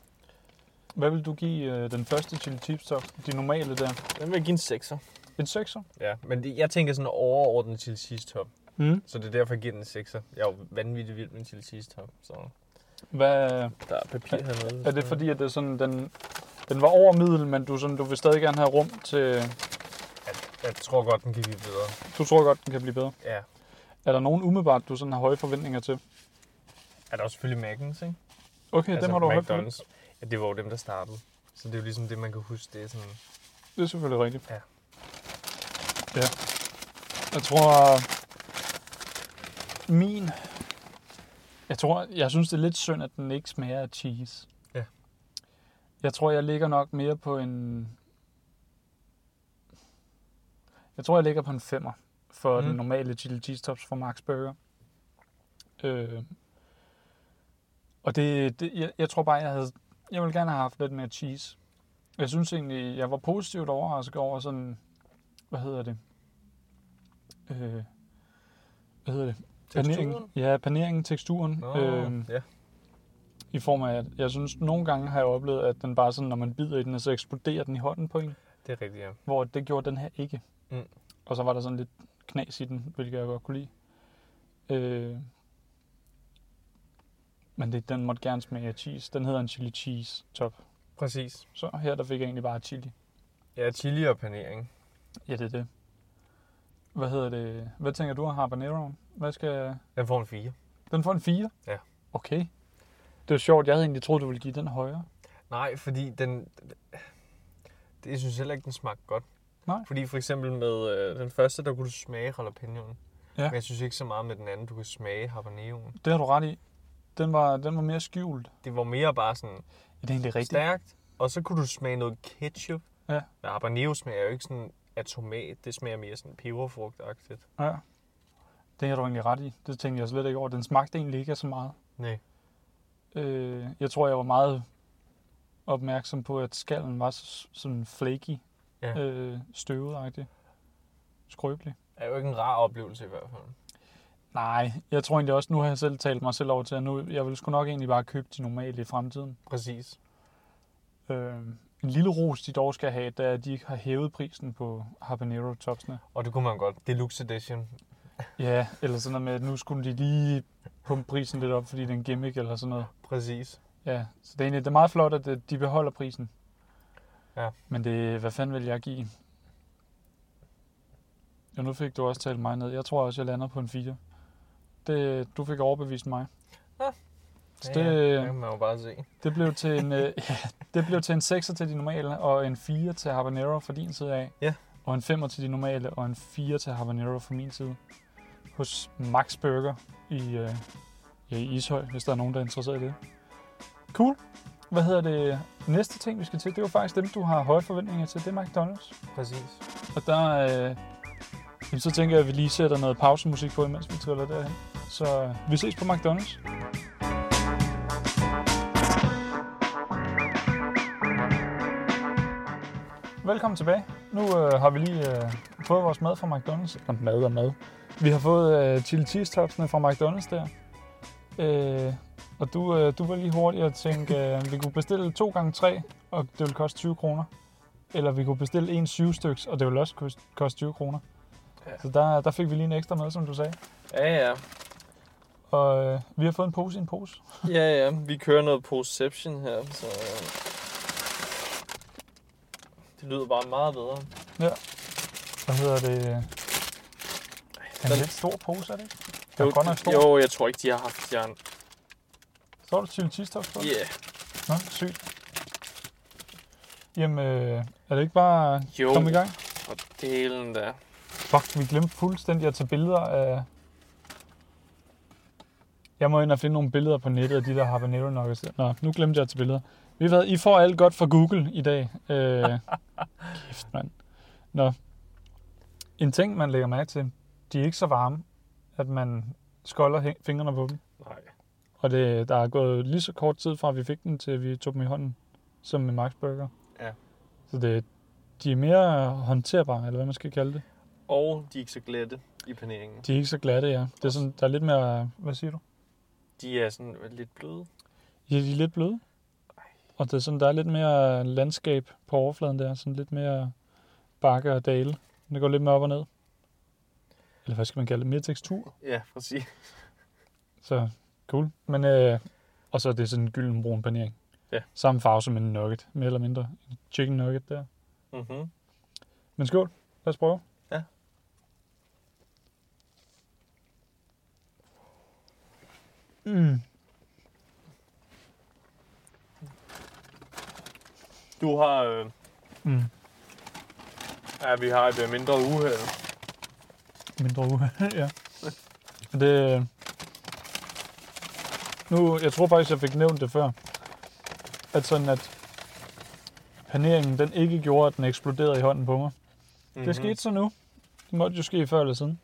Speaker 1: Hvad vil du give øh, den første chili chips top? De normale der.
Speaker 2: Den vil jeg give en 6'er.
Speaker 1: En 6'er?
Speaker 2: Ja, men det, jeg tænker sådan overordnet til sidst top.
Speaker 1: Mm.
Speaker 2: Så det er derfor, jeg giver den en 6'er. Jeg er jo vanvittig vild med til sidst top, så
Speaker 1: Hvad,
Speaker 2: der er papir hernede.
Speaker 1: er det fordi, at det er sådan, den, den var over middel, men du, sådan, du vil stadig gerne have rum til...
Speaker 2: Jeg, jeg tror godt, den kan blive bedre.
Speaker 1: Du tror godt, den kan blive bedre.
Speaker 2: Ja.
Speaker 1: Er der nogen umiddelbart, du sådan har høje forventninger til?
Speaker 2: Er der også selvfølgelig Mackens, ikke?
Speaker 1: Okay, altså, dem har du høje forventninger
Speaker 2: McDonald's. Ja, det var jo dem, der startede. Så det er jo ligesom det, man kan huske. Det er sådan...
Speaker 1: Det er selvfølgelig rigtigt.
Speaker 2: Ja.
Speaker 1: Ja. Jeg tror... Min... Jeg tror, jeg synes, det er lidt synd, at den ikke smager af cheese.
Speaker 2: Ja.
Speaker 1: Jeg tror, jeg ligger nok mere på en... Jeg tror, jeg ligger på en femmer for mm.
Speaker 2: Mhm.
Speaker 1: den normale chili cheese tops fra Max Burger. Øh. Og det, det jeg, jeg tror bare, jeg havde... Jeg ville gerne have haft lidt mere cheese. Jeg synes egentlig, jeg var positivt overrasket over sådan, hvad hedder det? Øh, hvad hedder det? Paneringen. Ja, paneringen, teksturen.
Speaker 2: Nå,
Speaker 1: øhm,
Speaker 2: ja.
Speaker 1: I form af, at jeg synes, nogle gange har jeg oplevet, at den bare sådan, når man bider i den, så eksploderer den i hånden på en.
Speaker 2: Det er rigtigt, ja.
Speaker 1: Hvor det gjorde den her ikke.
Speaker 2: Mm.
Speaker 1: Og så var der sådan lidt knas i den, hvilket jeg godt kunne lide. Øh, men det, den måtte gerne smage af cheese. Den hedder en chili cheese top.
Speaker 2: Præcis.
Speaker 1: Så her der fik jeg egentlig bare chili.
Speaker 2: Ja, chili og panering.
Speaker 1: Ja, det er det. Hvad hedder det? Hvad tænker du om habanero? Hvad skal...
Speaker 2: Den får en 4.
Speaker 1: Den får en 4?
Speaker 2: Ja.
Speaker 1: Okay. Det var sjovt. Jeg havde egentlig troet, du ville give den højere.
Speaker 2: Nej, fordi den... Det, jeg synes heller ikke, den smagte godt.
Speaker 1: Nej.
Speaker 2: Fordi for eksempel med øh, den første, der kunne du smage jalapenoen.
Speaker 1: Ja.
Speaker 2: Men jeg synes ikke så meget med den anden, du kunne smage habaneroen.
Speaker 1: Det har du ret i. Den var, den var mere skjult.
Speaker 2: Det var mere bare sådan
Speaker 1: Ja, det er egentlig rigtigt.
Speaker 2: stærkt. Og så kunne du smage noget ketchup.
Speaker 1: Ja.
Speaker 2: Men habanero smager jo ikke sådan af tomat. Det smager mere sådan peberfrugtagtigt.
Speaker 1: Ja. Det har du egentlig ret i. Det tænkte jeg slet ikke over. Den smagte egentlig ikke af så meget.
Speaker 2: Nej.
Speaker 1: Øh, jeg tror, jeg var meget opmærksom på, at skallen var så, sådan flaky.
Speaker 2: Ja.
Speaker 1: Øh, støvet Skrøbelig.
Speaker 2: Det er jo ikke en rar oplevelse i hvert fald.
Speaker 1: Nej, jeg tror egentlig også, nu har jeg selv talt mig selv over til, at nu, jeg vil sgu nok egentlig bare købe de normale i fremtiden.
Speaker 2: Præcis.
Speaker 1: Øh, en lille ros, de dog skal have, da de ikke har hævet prisen på habanero topsene.
Speaker 2: Og det kunne man godt. Deluxe edition.
Speaker 1: Ja, eller sådan noget med, at nu skulle de lige pumpe prisen lidt op, fordi det er en gimmick eller sådan noget.
Speaker 2: Præcis.
Speaker 1: Ja, så det er egentlig det er meget flot, at øh, de beholder prisen.
Speaker 2: Ja.
Speaker 1: Men det, hvad fanden vil jeg give? Ja, nu fik du også talt mig ned. Jeg tror også, jeg lander på en 4. Det, du fik overbevist mig. Så det-
Speaker 2: det kan man jo bare se.
Speaker 1: Det blev til en, øh, ja, det blev til en 6'er til de normale, og en 4 til Habanero fra din side af.
Speaker 2: Ja.
Speaker 1: Og en 5'er til de normale, og en 4 til Habanero fra min side. Hos Max Burger i, øh, ja, i Ishøj, hvis der er nogen, der er interesseret i det. Cool. Hvad hedder det? Næste ting, vi skal til, det er jo faktisk dem, du har høje forventninger til. Det er McDonald's.
Speaker 2: Præcis.
Speaker 1: Og der, øh, jamen, så tænker jeg, at vi lige sætter noget pausemusik på, imens vi triller derhen. Så øh, vi ses på McDonald's. Velkommen tilbage. Nu øh, har vi lige øh, fået vores mad fra McDonald's. Eller mad og mad. Vi har fået øh, chili cheese topsene fra McDonald's der. Øh, og du, øh, du var lige hurtig og tænkte, øh, vi kunne bestille 2 gange 3 og det ville koste 20 kroner. Eller vi kunne bestille en 7 styks, og det ville også koste- koste 20 kroner.
Speaker 2: Ja.
Speaker 1: Så der, der fik vi lige en ekstra med, som du sagde.
Speaker 2: Ja, ja.
Speaker 1: Og øh, vi har fået en pose i en pose.
Speaker 2: Ja, ja. Vi kører noget perception her, så... øh, Det lyder bare meget bedre.
Speaker 1: Hvad hedder det? øh, Det er en
Speaker 2: Den-
Speaker 1: lidt stor pose, er det ikke? Det er godt nok stor.
Speaker 2: Jo, jeg tror ikke, de har haft jern.
Speaker 1: Så er der chili cheese tops på?
Speaker 2: Ja. Yeah.
Speaker 1: Nå, sygt. Jamen, øh, er det ikke bare
Speaker 2: Jo,
Speaker 1: kom i gang?
Speaker 2: for delen da.
Speaker 1: Fuck, vi glemte fuldstændig at tage billeder af... Jeg må ind og finde nogle billeder på nettet af de der habanero nuggets. der. Nå, nu glemte jeg at tage billeder. Ved I hvad, I får alt godt fra Google i dag. Øh, kæft, mand. Nå. En ting, man lægger mærke til, de er ikke så varme, at man skolder hæ- fingrene på dem.
Speaker 2: Nej.
Speaker 1: Og det, der er gået lige så kort tid fra, at vi fik den, til vi tog dem i hånden, som med Max Burger.
Speaker 2: Ja.
Speaker 1: Så det, de er mere håndterbare, eller hvad man skal kalde det.
Speaker 2: Og de er ikke så glatte i paneringen.
Speaker 1: De er ikke så glatte, ja. Det er sådan, der er lidt mere, hvad siger du?
Speaker 2: De er sådan lidt bløde.
Speaker 1: Ja, de er lidt bløde. Og det er sådan, der er lidt mere landskab på overfladen der. Sådan lidt mere bakke og dale. Det går lidt mere op og ned. Eller hvad skal man kalde det? Mere tekstur.
Speaker 2: Ja, præcis.
Speaker 1: Så cool. Men, øh, og så er det sådan en gylden brun panering.
Speaker 2: Ja.
Speaker 1: Samme farve som en nugget, mere eller mindre. En chicken nugget der.
Speaker 2: Mhm.
Speaker 1: Men skål, lad os prøve.
Speaker 2: Ja.
Speaker 1: Mm.
Speaker 2: Du har... Øh,
Speaker 1: Mm.
Speaker 2: ja, vi har et øh, mindre uheld.
Speaker 1: Mindre uge, ja. Og Det, øh, nu, jeg tror faktisk, jeg fik nævnt det før, at sådan at paneringen, den ikke gjorde, at den eksploderede i hånden på mig.
Speaker 2: Mm-hmm.
Speaker 1: Det skete så nu. Det måtte jo ske før eller siden.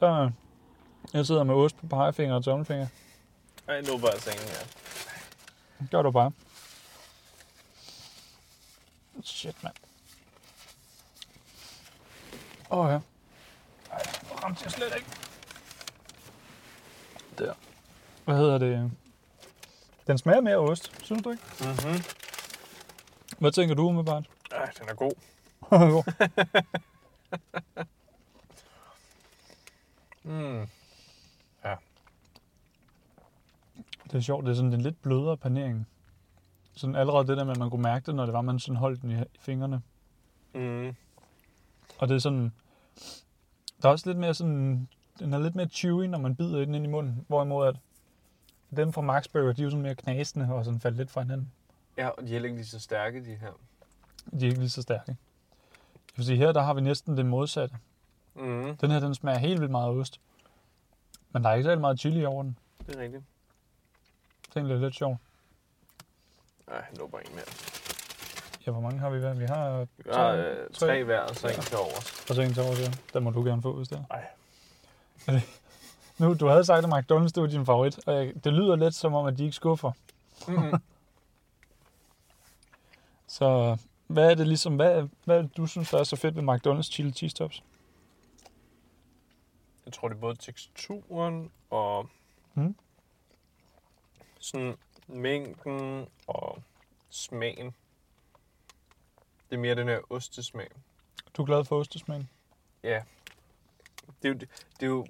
Speaker 1: Der, jeg sidder med ost på pegefinger og tommelfinger.
Speaker 2: Ej, nu var jeg sengen, ja.
Speaker 1: Det Gør du bare. Shit, mand. Åh oh, ja. Ej, nu ramte jeg slet ikke. Der. Hvad hedder det? Den smager mere af ost, synes du ikke?
Speaker 2: Mhm.
Speaker 1: Hvad tænker du umiddelbart?
Speaker 2: Ej, den er god.
Speaker 1: Jo.
Speaker 2: Mm.
Speaker 1: det er sjovt, det er sådan en lidt blødere panering. Sådan allerede det der med, at man kunne mærke det, når det var, man sådan holdt den i i fingrene.
Speaker 2: Mm.
Speaker 1: Og det er sådan... Der er også lidt mere sådan... Den er lidt mere chewy, når man bider i den ind i munden. Hvorimod at dem fra Max Burger, de er jo sådan mere knasende og sådan faldt lidt fra hinanden.
Speaker 2: Ja, og de er heller ikke lige så stærke, de her.
Speaker 1: De er ikke lige så stærke. Jeg vil sige, her der har vi næsten det modsatte.
Speaker 2: Mhm.
Speaker 1: Den her, den smager helt vildt meget af ost. Men der er ikke særlig meget chili over den.
Speaker 2: Det er rigtigt.
Speaker 1: Det er egentlig lidt sjovt.
Speaker 2: Ej, nu bare en mere.
Speaker 1: Ja, hvor mange har vi hver? Vi har
Speaker 2: Vi har øh,
Speaker 1: tre.
Speaker 2: tre hver, og så en til over.
Speaker 1: Og så en til over der. Den må du gerne få, hvis det er.
Speaker 2: Ej.
Speaker 1: Nu, du havde sagt, at McDonald's det var din favorit, og jeg, det lyder lidt som om, at de ikke skuffer.
Speaker 2: Mhm.
Speaker 1: Så hvad er det ligesom, hvad, hvad er det, du synes, der er så fedt ved McDonald's chili cheese tops?
Speaker 2: Jeg tror, det er både teksturen og
Speaker 1: Mm.
Speaker 2: sådan mængden og smagen. Det er mere den her ostesmag.
Speaker 1: Du er glad for ostesmagen?
Speaker 2: Det er jo, det er jo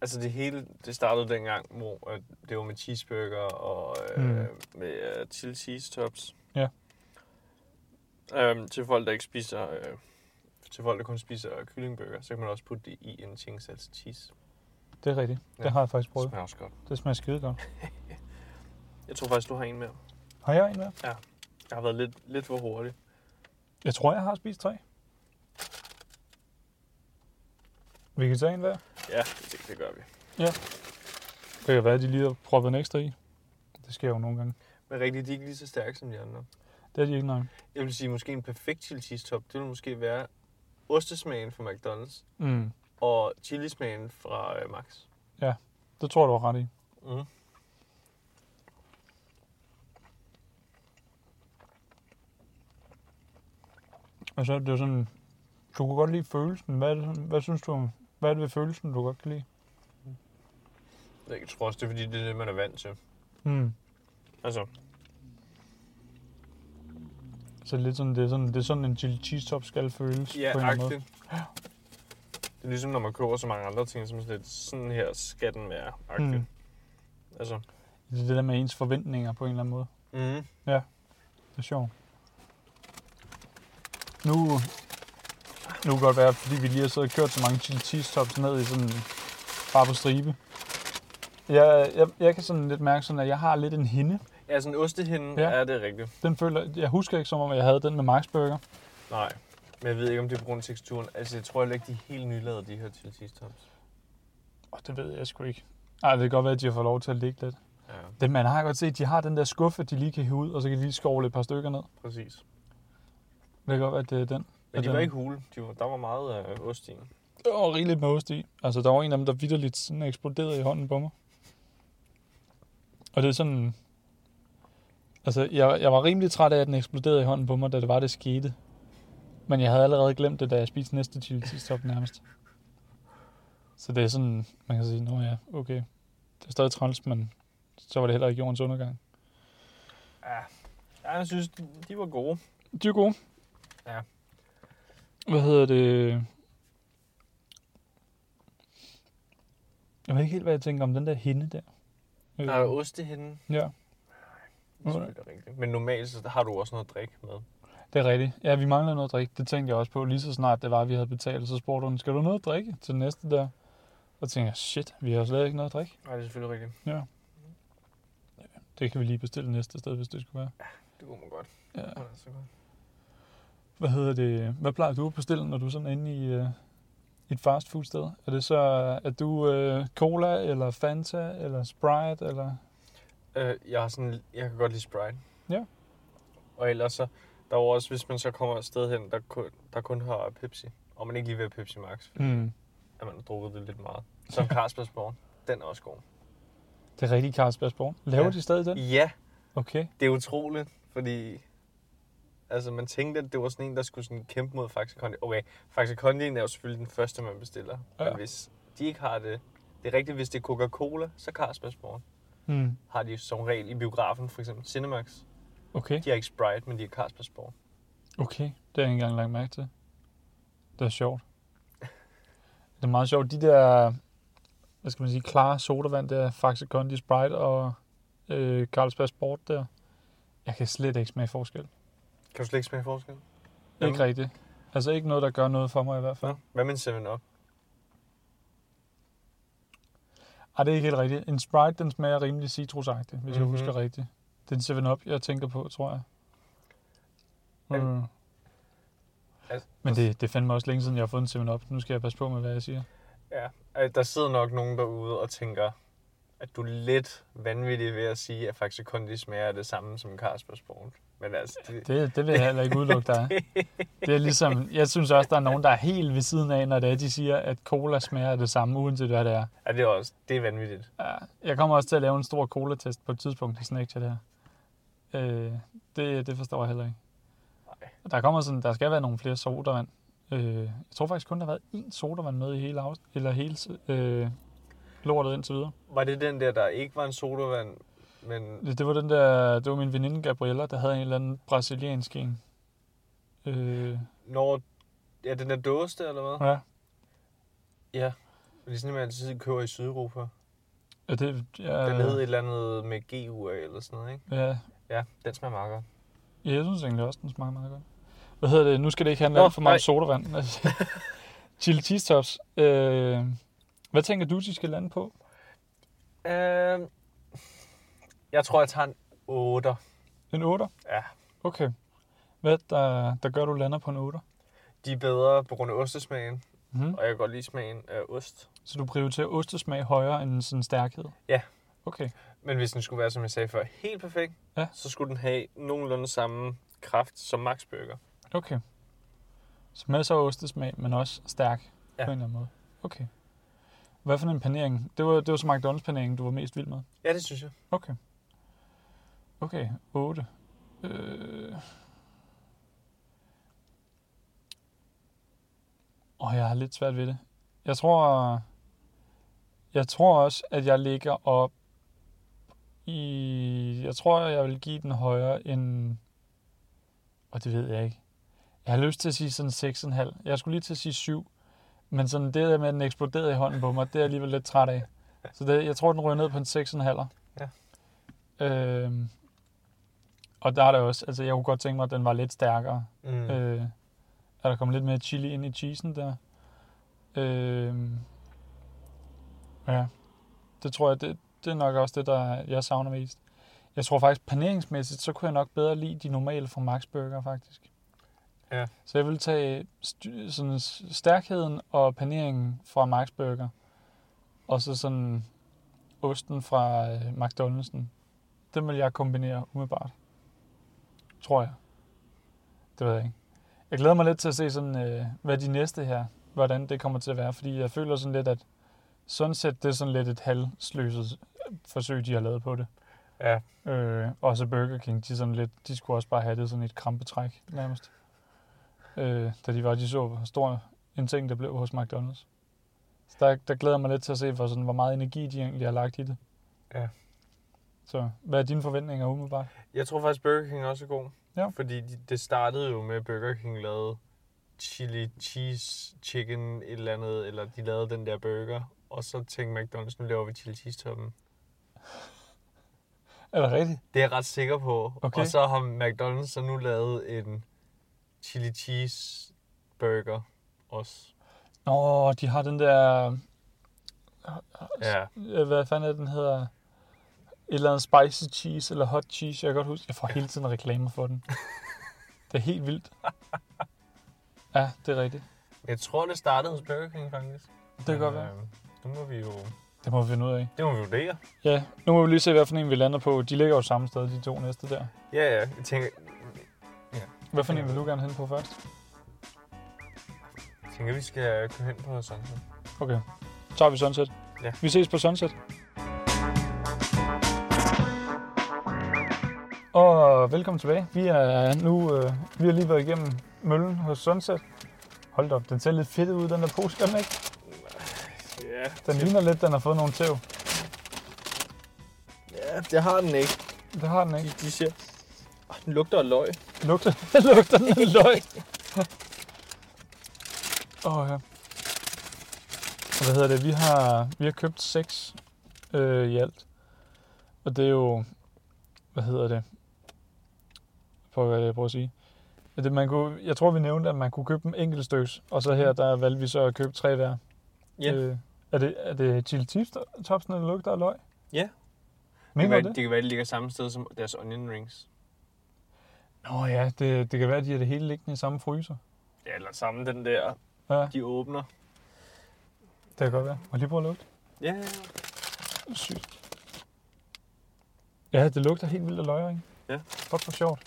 Speaker 2: altså det hele, det startede dengang, hvor at det var med cheeseburger og øh, med øh, chili cheese tops.
Speaker 1: Ja.
Speaker 2: Øhm, til folk, der ikke spiser øh, til folk, der kun spiser kyllingburger, så kan man også putte det i en ching salsa cheese.
Speaker 1: Det er rigtigt. Ja.
Speaker 2: Ja.
Speaker 1: Det har jeg faktisk
Speaker 2: Det
Speaker 1: prøvet.
Speaker 2: smager også godt.
Speaker 1: Det smager skide godt.
Speaker 2: Jeg tror faktisk, du har en mere.
Speaker 1: Har jeg en mere?
Speaker 2: Jeg har været lidt, lidt for hurtig.
Speaker 1: Jeg tror, jeg har spist tre. Vi kan tage en hver.
Speaker 2: Ja, det, det gør vi.
Speaker 1: Det kan være, at de lige har proppet en ekstra i. Det sker jo nogle gange.
Speaker 2: Men rigtigt, de er ikke lige så stærke som de andre.
Speaker 1: Det er de ikke nok.
Speaker 2: Jeg vil sige, måske en perfekt chili cheese top, det vil måske være ostesmagen fra McDonald's
Speaker 1: Mm.
Speaker 2: og chilismagen fra øh, Max.
Speaker 1: Det tror jeg, du har ret i.
Speaker 2: Mm.
Speaker 1: Og så er det jo sådan, du kunne godt lide følelsen. Hvad, er det, sådan- hvad synes du om, hvad er det ved følelsen, du godt kan lide?
Speaker 2: Jeg tror også, det er fordi, det er det, man er vant til.
Speaker 1: Mm.
Speaker 2: Altså,
Speaker 1: Så lidt sådan, det er sådan, det er sådan en chili cheese top skal føles
Speaker 2: ja,
Speaker 1: på en eller anden måde.
Speaker 2: agtigt. Det er ligesom, når man koger så mange andre ting, som sådan lidt, sådan her skal den være, agtigt.
Speaker 1: Mm.
Speaker 2: Altså,
Speaker 1: Det er det der med ens forventninger på en eller anden måde.
Speaker 2: mm.
Speaker 1: Det er sjovt. Nu, nu kan det godt være, fordi vi lige har siddet og kørt så mange chili cheese tops ned i sådan bare på stribe. Jeg, jeg, jeg kan sådan lidt mærke sådan, at jeg har lidt en hinde.
Speaker 2: ja, sådan en ostehinde
Speaker 1: Ja.
Speaker 2: ja. er det er rigtigt.
Speaker 1: Den føler, jeg husker ikke som om, jeg havde den med Max Burger.
Speaker 2: Nej, men jeg ved ikke, om det er på grund af teksturen. Altså, jeg tror heller ikke, de er helt nylavede, de her chili cheese tops.
Speaker 1: Og det ved jeg sgu ikke. Ej, det kan godt være, at de har fået lov til at ligge lidt.
Speaker 2: Ja,
Speaker 1: Det, man har godt set, de har den der skuffe, de lige kan hive ud, og så kan de lige skovle et par stykker ned.
Speaker 2: præcis.
Speaker 1: Det kan godt være, at det er den.
Speaker 2: Men de
Speaker 1: den-
Speaker 2: var ikke hule. De var, der var meget øh, ost i.
Speaker 1: Der var rigeligt med ost i. Altså, der var en af dem, der vidderligt sådan eksploderede i hånden på mig. Og det er sådan... Altså, jeg, jeg var rimelig træt af, at den eksploderede i hånden på mig, da det var, det skete. Men jeg havde allerede glemt det, da jeg spiste næste chili cheese top nærmest. Så det er sådan, man kan sige, nå ja, okay. Det er stadig træls, men så var det heller ikke jordens undergang.
Speaker 2: Ja. ja, jeg synes, de, de var gode.
Speaker 1: De er gode.
Speaker 2: Ja.
Speaker 1: Hvad hedder det? Jeg ved ikke helt, hvad jeg tænker om den der hende der. Øh,
Speaker 2: Der er ostehinde.
Speaker 1: Ja,
Speaker 2: Det er selvfølgelig rigtigt. Men normalt så har du også noget drik med.
Speaker 1: det er rigtigt. Ja, vi mangler noget at drikke. Det tænkte jeg også på lige så snart det var, vi havde betalt. Så spurgte hun, skal du noget at drikke til næste der? Og så tænkte jeg, shit, vi har slet ikke noget at drikke.
Speaker 2: Nej, det er selvfølgelig rigtigt.
Speaker 1: Det kan vi lige bestille næste sted, hvis det skulle være.
Speaker 2: Det kunne man godt.
Speaker 1: Ja.
Speaker 2: Ja, så godt.
Speaker 1: Hvad hedder det? Hvad plejer du at bestille, når du er sådan inde i øh, et fastfood sted? Er det så, at du øh, cola, eller Fanta, eller Sprite, eller...
Speaker 2: Øh, jeg, har sådan, jeg kan godt lide Sprite.
Speaker 1: Ja.
Speaker 2: Og ellers så, der er jo også, hvis man så kommer et sted hen, der kun, der kun har Pepsi. Og man ikke lige vil have Pepsi Max, fordi
Speaker 1: Mm.
Speaker 2: at man har drukket det lidt meget. Som Carlsbergsborg. Den er også god.
Speaker 1: Det er rigtig Carlsbergsborg. Laver ja.
Speaker 2: Ja.
Speaker 1: de stadig den?
Speaker 2: Ja,
Speaker 1: Okay.
Speaker 2: det er utroligt, fordi altså, man tænkte, at det var sådan en, der skulle sådan kæmpe mod Faxe Kondi. Okay, Faxe Kondi er jo selvfølgelig den første, man bestiller. Ja.
Speaker 1: Ja.
Speaker 2: Men hvis de ikke har det... Det er rigtigt, hvis det er Coca-Cola, så Carlsbergsborg.
Speaker 1: Mm.
Speaker 2: Har de som regel i biografen, for eksempel Cinemax.
Speaker 1: Okay.
Speaker 2: De har ikke Sprite, men de har Carlsbergsborg.
Speaker 1: Okay. Det har jeg ikke engang lagt mærke til. Det er sjovt. Det er meget sjovt. De der, hvad skal man sige, klare sodavand, der Faxe Kondi Sprite og øh, Carlsbergsborg der. Jeg kan slet ikke smage forskel.
Speaker 2: Kan du slet ikke smage forskel?
Speaker 1: Ikke rigtigt. Altså ikke noget, der gør noget for mig i hvert fald.
Speaker 2: Nå. Hvad med en 7-Up?
Speaker 1: Ej, det er ikke helt rigtigt. En Sprite, den smager rimelig citrusagtig, hvis mm-hmm. jeg
Speaker 2: Mhm.
Speaker 1: husker rigtigt. Det er en 7-Up, jeg tænker på, tror jeg.
Speaker 2: Men-
Speaker 1: Mm.
Speaker 2: Altså-
Speaker 1: Men det, det fandt mig også længe siden, jeg har fået en 7-Up. Nu skal jeg passe på med, hvad jeg siger.
Speaker 2: Ja, øh, der sidder nok nogen derude og tænker, at du er lidt vanvittig ved at sige, at Faxe Kondi smager af det samme som Carlsbergsborg. Men altså, det,
Speaker 1: Det, det vil jeg heller ikke udelukke dig. af. Det er ligesom, jeg synes også, der er nogen, der er helt ved siden af, når det er, de siger, at cola smager af det samme, uanset hvad det er.
Speaker 2: ja, det er også det er vanvittigt.
Speaker 1: Ja, Jeg kommer også til at lave en stor cola-test på et tidspunkt i Snake det her. Øh, det, det forstår jeg heller ikke.
Speaker 2: Nej.
Speaker 1: Og Der kommer sådan, der skal være nogle flere sodavand. Øh, jeg tror faktisk kun, der har været én sodavand med i hele, af, eller hele øh, lortet indtil videre.
Speaker 2: Var det den der, der ikke var en sodavand, men...
Speaker 1: Det, det var den der, det var min veninde Gabriella, der havde en eller anden brasiliansk en. Øh,
Speaker 2: Når... Ja, den der dåse der, eller hvad?
Speaker 1: ja,
Speaker 2: Ja. Det er sådan, man altid køber i Sydeuropa.
Speaker 1: og det, ja,
Speaker 2: Den hed et eller andet med GUA eller sådan noget, ikke?
Speaker 1: ja,
Speaker 2: Ja, den smager meget godt.
Speaker 1: ja, jeg synes egentlig også, den smager meget godt. Hvad hedder det? Nu skal det ikke handle
Speaker 2: Nå,
Speaker 1: alt for meget
Speaker 2: nej.
Speaker 1: om sodavand. Altså, Chili cheese tops. Øh, hvad tænker du, de skal lande på?
Speaker 2: Øh, jeg tror, jeg tager en 8.
Speaker 1: En 8?
Speaker 2: Ja.
Speaker 1: Okay. Hvad der, der gør, du lander på en 8?
Speaker 2: De er bedre på grund af ostesmagen,
Speaker 1: Mm.
Speaker 2: og jeg kan godt lide smagen af ost.
Speaker 1: Så du prioriterer ostesmag højere end sådan stærkhed?
Speaker 2: Ja.
Speaker 1: Okay.
Speaker 2: Men hvis den skulle være, som jeg sagde før, helt perfekt,
Speaker 1: Ja.
Speaker 2: så skulle den have nogenlunde samme kraft som Max Burger.
Speaker 1: Okay. Så masser af ostesmag, men også stærk ja.
Speaker 2: Ja.
Speaker 1: på en eller anden måde. Okay. Hvad for en panering? Det var, det var så McDonald's-paneringen, du var mest vild med?
Speaker 2: Ja, det synes jeg.
Speaker 1: Okay. Okay, 8. Øh... Og jeg har lidt svært ved det. Jeg tror, jeg tror også, at jeg ligger op i... Jeg tror, jeg vil give den højere end... Og det ved jeg ikke. Jeg har lyst til at sige sådan 6,5. Jeg skulle lige til at sige 7. Men sådan det der med, at den eksploderede i hånden på mig, det er jeg alligevel lidt træt af. Så det, jeg tror, den ryger ned på en 6,5. Øhm, og der er der også, altså jeg kunne godt tænke mig, at den var lidt stærkere.
Speaker 2: Mm.
Speaker 1: Mm. Øh, er der kommet lidt mere chili ind i cheesen der? Øhm, ja, det tror jeg, det, det er nok også det, der jeg savner mest. Jeg tror faktisk, paneringsmæssigt, så kunne jeg nok bedre lide de normale fra Max Burger, faktisk.
Speaker 2: Ja.
Speaker 1: Så jeg vil tage st- sådan s- stærkheden og paneringen fra Max Burger, og så sådan osten fra øh, McDonald's'en. Den vil jeg kombinere umiddelbart. Tror jeg. Det ved jeg ikke. Jeg glæder mig lidt til at se, sådan, øh, hvad de næste her, hvordan det kommer til at være. Fordi jeg føler sådan lidt, at Sunset, det er sådan lidt et halvsløset forsøg, de har lavet på det.
Speaker 2: Ja.
Speaker 1: Øh, og så Burger King, de, er sådan lidt, de skulle også bare have det sådan i et krampetræk nærmest. Øh, da de var, de så, hvor stor en ting, der blev hos McDonald's. Så der, der glæder jeg mig lidt til at se, hvor, sådan, hvor meget energi de egentlig har lagt i det.
Speaker 2: Ja.
Speaker 1: Så hvad er dine forventninger umiddelbart?
Speaker 2: Jeg tror faktisk, Burger King også er god.
Speaker 1: Ja.
Speaker 2: Fordi de- det startede jo med, at Burger King lavede chili cheese chicken et eller andet, eller de lavede den der burger. Og så tænkte McDonald's, nu laver vi chili cheese toppen.
Speaker 1: Er det rigtigt?
Speaker 2: Det er jeg ret sikker på.
Speaker 1: Okay.
Speaker 2: Og så har McDonald's så nu lavet en chili cheese burger også.
Speaker 1: Nå, de har den der,
Speaker 2: Ja.
Speaker 1: øh, hvad fanden er den hedder, et eller andet spicy cheese eller hot cheese, jeg kan godt huske. Jeg får hele tiden reklamer for den. Det er helt vildt. Ja, det er rigtigt.
Speaker 2: Jeg tror, det startede hos Burger King faktisk.
Speaker 1: Det kan godt være.
Speaker 2: Øh, nu må vi jo...
Speaker 1: Det må vi finde ud af.
Speaker 2: Det må vi vurdere.
Speaker 1: Ja, nu må vi lige se, hvad for en vi lander på. De ligger jo samme sted, de to næste der.
Speaker 2: Ja, ja. Jeg tænker,
Speaker 1: Hvad for en vil du gerne hen på først?
Speaker 2: jeg tænker vi skal komme hen på sådan noget.
Speaker 1: Okay, så tager vi Sunset.
Speaker 2: Ja.
Speaker 1: Vi ses på Sunset. Og velkommen tilbage. Vi er nu øh, vi har lige været igennem møllen hos Sunset. Hold da op, den ser lidt fedt ud, den der pose, gør den ikke?
Speaker 2: Ja,
Speaker 1: Den ligner lidt, den har fået nogle tæv.
Speaker 2: Ja, det har den ikke.
Speaker 1: Det har den
Speaker 2: De,
Speaker 1: ikke.
Speaker 2: de siger, "Åh, den lugter af løg.
Speaker 1: Lugter, lugter den af løg. Åh, ja. Og hvad hedder det? Vi har, vi har købt seks øh, i alt. Og det er jo... Hvad hedder det? For hvad er det, jeg prøver at sige. At Det, man kunne, jeg tror, vi nævnte, at man kunne købe dem enkelte styks. Og så her, der valgte vi så at købe tre hver.
Speaker 2: Mm. Ja.
Speaker 1: Øh, er det, er det chili tips, topsen eller lugter af løg?
Speaker 2: Ja.
Speaker 1: Mener du det?
Speaker 2: kan være, de ligger samme sted som deres onion rings.
Speaker 1: Nå ja, det, det kan være, at de har det hele liggende i samme fryser.
Speaker 2: Ja, eller samme den der,
Speaker 1: Ja, det
Speaker 2: de åbner.
Speaker 1: kan godt være. Må jeg lige prøve at lugte?
Speaker 2: Ja,
Speaker 1: Sygt. Ja, det lugter helt vildt af løgring.
Speaker 2: Ja.
Speaker 1: Godt for sjovt.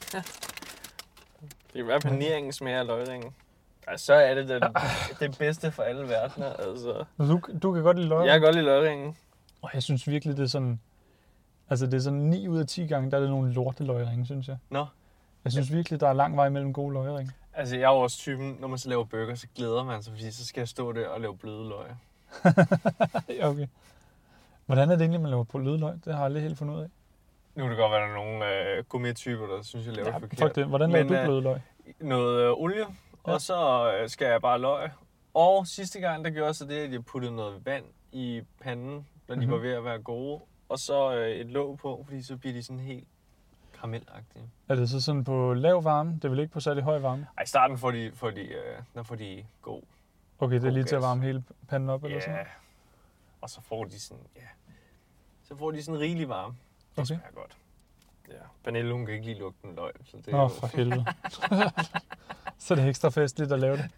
Speaker 2: det kan være, paneringen smager af løgringen. Ja, så er det den,
Speaker 1: Ah.
Speaker 2: det bedste for alle verdener, altså.
Speaker 1: Du, du kan godt lide løgring.
Speaker 2: Jeg kan godt lide løgringen.
Speaker 1: Og jeg synes virkelig, det er sådan... Altså, det er sådan 9 ud af 10 gange, der er det nogle lorte løgring, synes jeg.
Speaker 2: Nå.
Speaker 1: Jeg synes virkelig, der er lang vej mellem gode løgring.
Speaker 2: Altså, jeg er jo også typen, når man så laver burger, så glæder man sig, fordi så skal jeg stå der og lave bløde løg.
Speaker 1: Ja, okay. Hvordan er det egentlig, man laver på løg? Det har jeg aldrig helt fundet ud af.
Speaker 2: Nu kan det godt være, at der er nogle øh, gourmet-typer, der synes, jeg laver
Speaker 1: Ja,
Speaker 2: det forkert.
Speaker 1: fuck det. Hvordan laver
Speaker 2: Men, øh,
Speaker 1: du bløde løg?
Speaker 2: noget øh, olie, ja. og så øh, skal jeg bare løg. Og sidste gang, der gjorde jeg så det, at jeg puttede noget vand i panden, når de
Speaker 1: Mhm.
Speaker 2: var ved at være gode, og så øh, et låg på, fordi så bliver de sådan helt karamelagtige.
Speaker 1: Er det så sådan på lav varme? Det er vel ikke på særlig høj varme?
Speaker 2: Ej, i starten får de, får de, øh, der får de god.
Speaker 1: Okay, det er
Speaker 2: God
Speaker 1: lige til at
Speaker 2: gas.
Speaker 1: varme hele panden op eller sådan
Speaker 2: Ja.
Speaker 1: noget?
Speaker 2: Og så får de sådan, ja. Så får de sådan rigelig varme. Det
Speaker 1: Okay.
Speaker 2: smager godt. Ja. Pernille, hun kan ikke lige lugte en løg, så det er
Speaker 1: Nå,
Speaker 2: jo-
Speaker 1: for helvede. så er det ekstra festligt at lave det.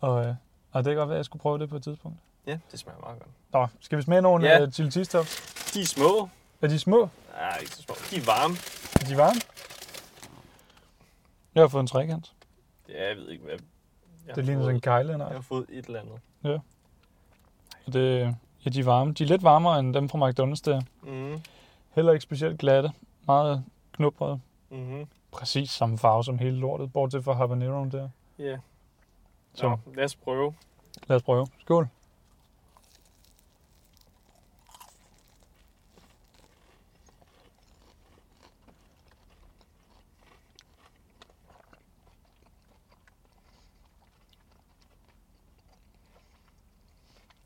Speaker 1: Og, øh, og det kan godt være, at jeg skulle prøve det på et tidspunkt.
Speaker 2: Ja, det smager meget godt.
Speaker 1: Nå, skal vi smage nogle
Speaker 2: Ja.
Speaker 1: yeah. chili cheese tops?
Speaker 2: De er små.
Speaker 1: Er de små?
Speaker 2: Nej, ikke så små. De er varme.
Speaker 1: Er de varme? Jeg har fået en trekant.
Speaker 2: Ja, jeg ved ikke, hvad... Jeg
Speaker 1: Det
Speaker 2: har
Speaker 1: ligner
Speaker 2: fået-
Speaker 1: sådan en kejle.
Speaker 2: Jeg
Speaker 1: Nej.
Speaker 2: har fået et eller andet.
Speaker 1: Det, ja, de er varme. De er lidt varmere end dem fra McDonald's der.
Speaker 2: Mhm.
Speaker 1: Heller ikke specielt glatte. Meget knubrede.
Speaker 2: Mhm.
Speaker 1: Præcis samme farve som hele lortet, bortset fra habaneroen der.
Speaker 2: Ja.
Speaker 1: Så.
Speaker 2: Så. Nå, lad os prøve.
Speaker 1: Lad os prøve. Skål.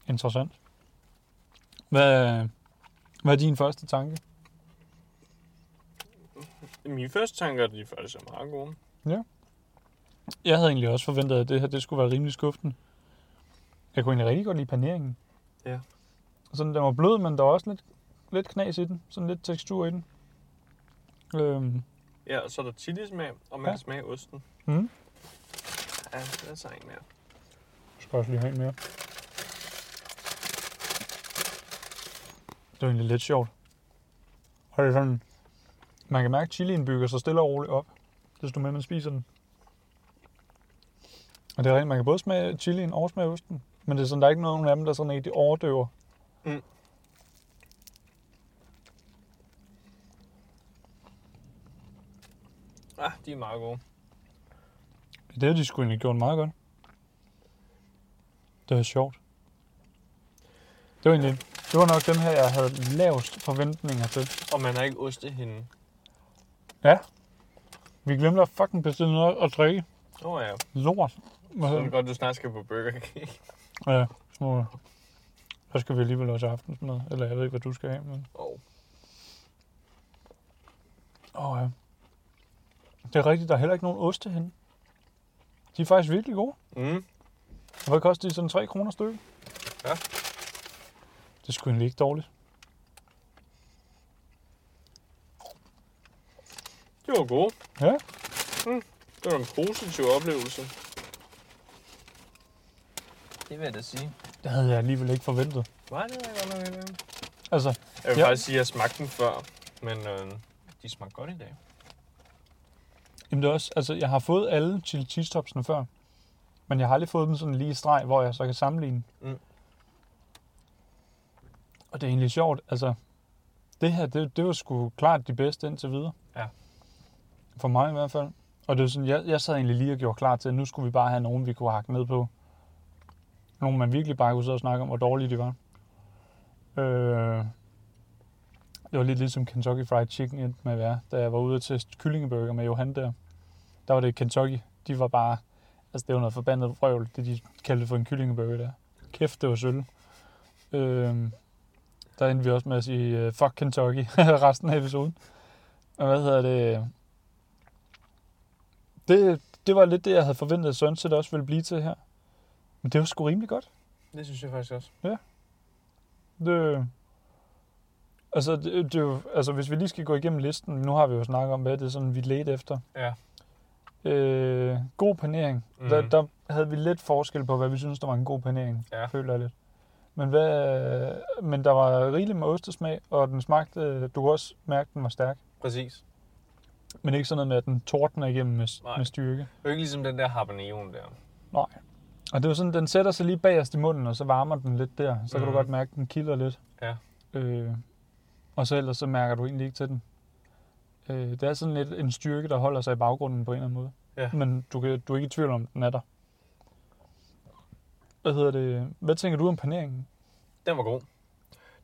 Speaker 1: Interessant. Hvad, hvad er din første tanke?
Speaker 2: Mine første tanker, er, at de faktisk er meget gode.
Speaker 1: Jeg havde egentlig også forventet, at det her det skulle være rimelig skuffende. Jeg kunne egentlig rigtig godt lide paneringen.
Speaker 2: Ja.
Speaker 1: Sådan, den var blød, men der var også lidt, lidt knas i den. Sådan lidt tekstur i den. Øhm,
Speaker 2: Ja, og så er der chili smag, og man
Speaker 1: Ja.
Speaker 2: ja. kan smage osten.
Speaker 1: Mhm.
Speaker 2: Ja, der er så en mere.
Speaker 1: jeg skal også lige have en mere. Det var egentlig lidt sjovt. Og det er sådan, man kan mærke, at chilien bygger sig stille og roligt op, desto mere man spiser den. Og det er rent, man kan både smage chilien og smage osten, men det er sådan, der er ikke nogen af dem, der sådan rigtig overdøver.
Speaker 2: Ah, de er meget gode.
Speaker 1: Det har de sgu egentlig gjort meget godt. Det var sjovt. Det var egentlig, det var nok dem her, jeg havde lavest forventninger til.
Speaker 2: Og man har ikke ostehinde.
Speaker 1: Ja. Vi glemte at fucking bestille noget at drikke.
Speaker 2: Åh oh, ja,
Speaker 1: Lort. Hvad
Speaker 2: så er
Speaker 1: hedder
Speaker 2: det
Speaker 1: det?
Speaker 2: godt, du snart skal på Burger King.
Speaker 1: Ja, små. Så skal vi alligevel også have aftensmad. Eller jeg ved ikke, hvad du skal have. Men...
Speaker 2: oh.
Speaker 1: Åh ja. Det er rigtigt, der er heller ikke nogen oste henne. De er faktisk virkelig gode.
Speaker 2: mm.
Speaker 1: Og Hvad koster de sådan 3 kroner stykke?
Speaker 2: Ja.
Speaker 1: Det er sgu egentlig ikke dårligt.
Speaker 2: Det var gode.
Speaker 1: Ja.
Speaker 2: Det var en positiv oplevelse. Det vil jeg da sige.
Speaker 1: Det havde jeg alligevel ikke forventet.
Speaker 2: Var det jeg godt nok ikke.
Speaker 1: Altså,
Speaker 2: Jeg vil
Speaker 1: Ja.
Speaker 2: ja. faktisk sige, at jeg smagte den før, men øh, de smagte godt i dag.
Speaker 1: Jamen det er også, altså jeg har fået alle chili cheese topsene før, men jeg har aldrig fået dem sådan lige i streg, hvor jeg så kan sammenligne.
Speaker 2: Mm.
Speaker 1: Og det er egentlig sjovt, altså det her, det, det var sgu klart de bedste indtil videre.
Speaker 2: Ja.
Speaker 1: For mig i hvert fald. Og det var sådan, jeg, jeg sad egentlig lige og gjorde klar til, at nu skulle vi bare have nogen, vi kunne hakke ned på. Nogen, man virkelig bare kunne sidde og snakke om, hvor dårlige de var. Øh, det var lidt ligesom Kentucky Fried Chicken endte med at være, da jeg var ude til kyllingeburger med Johan der. Der var det Kentucky. De var bare... Altså, det var noget forbandet frøvl, det de kaldte for en kyllingeburger der. Kæft, det var sølv. Øhm, der endte vi også med at sige, øh, fuck Kentucky, resten af episoden. Og hvad hedder det? det? Det var lidt det, jeg havde forventet, at Sunset også ville blive til her. Men det var sgu rimelig godt.
Speaker 2: Det synes jeg faktisk også.
Speaker 1: Det, altså, det, det er jo, altså, hvis vi lige skal gå igennem listen, nu har vi jo snakket om, hvad det er, sådan, vi ledte efter.
Speaker 2: Ja.
Speaker 1: Øh, god panering.
Speaker 2: Mhm.
Speaker 1: Mm. Der, der havde vi lidt forskel på, hvad vi synes der var en god panering,
Speaker 2: Ja.
Speaker 1: føler jeg lidt. Men, hvad, øh, men der var rigeligt med ostesmag, og den smagte, øh, du kunne også mærke, den var stærk.
Speaker 2: Præcis.
Speaker 1: Men ikke sådan noget med, at den tordner igennem med,
Speaker 2: Nej.
Speaker 1: med styrke.
Speaker 2: Det er jo ikke ligesom den der habaneroen der.
Speaker 1: Og det var sådan, den sætter sig lige bagerst i munden, og så varmer den lidt der. Så kan du
Speaker 2: Mhm.
Speaker 1: godt mærke, at den kilder lidt.
Speaker 2: Ja.
Speaker 1: Øh, og så ellers så mærker du egentlig ikke til den. Øh, det er sådan lidt en styrke, der holder sig i baggrunden på en eller anden måde.
Speaker 2: Ja.
Speaker 1: Men du, kan, du er ikke i tvivl om, at den er der. Hvad hedder det? Hvad tænker du om paneringen?
Speaker 2: Den var god.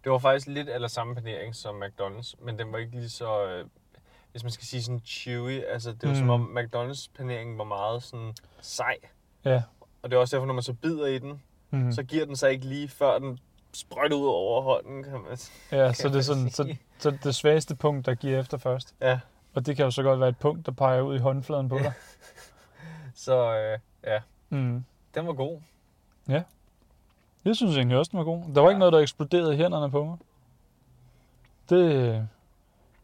Speaker 2: Det var faktisk lidt eller samme panering som McDonald's, men den var ikke lige så, øh, hvis man skal sige sådan chewy. Altså, det var mm. som
Speaker 1: Mm.
Speaker 2: om McDonald's paneringen var meget sådan sej.
Speaker 1: Ja.
Speaker 2: Og det er også derfor, når man så bider i den,
Speaker 1: Mm.
Speaker 2: mm. så giver den sig ikke lige før den sprøjter ud over hånden, kan man, kan
Speaker 1: ja, så det er
Speaker 2: man
Speaker 1: sådan, så,
Speaker 2: sige.
Speaker 1: så det svageste punkt, der giver efter først.
Speaker 2: Ja,
Speaker 1: Og det kan jo så godt være et punkt, der peger ud i håndfladen på dig.
Speaker 2: Så øh, ja,
Speaker 1: Mm.
Speaker 2: den var god.
Speaker 1: Jeg synes egentlig også, den var god. Der var
Speaker 2: Ja.
Speaker 1: ikke noget, der eksploderede i hænderne på mig. Det...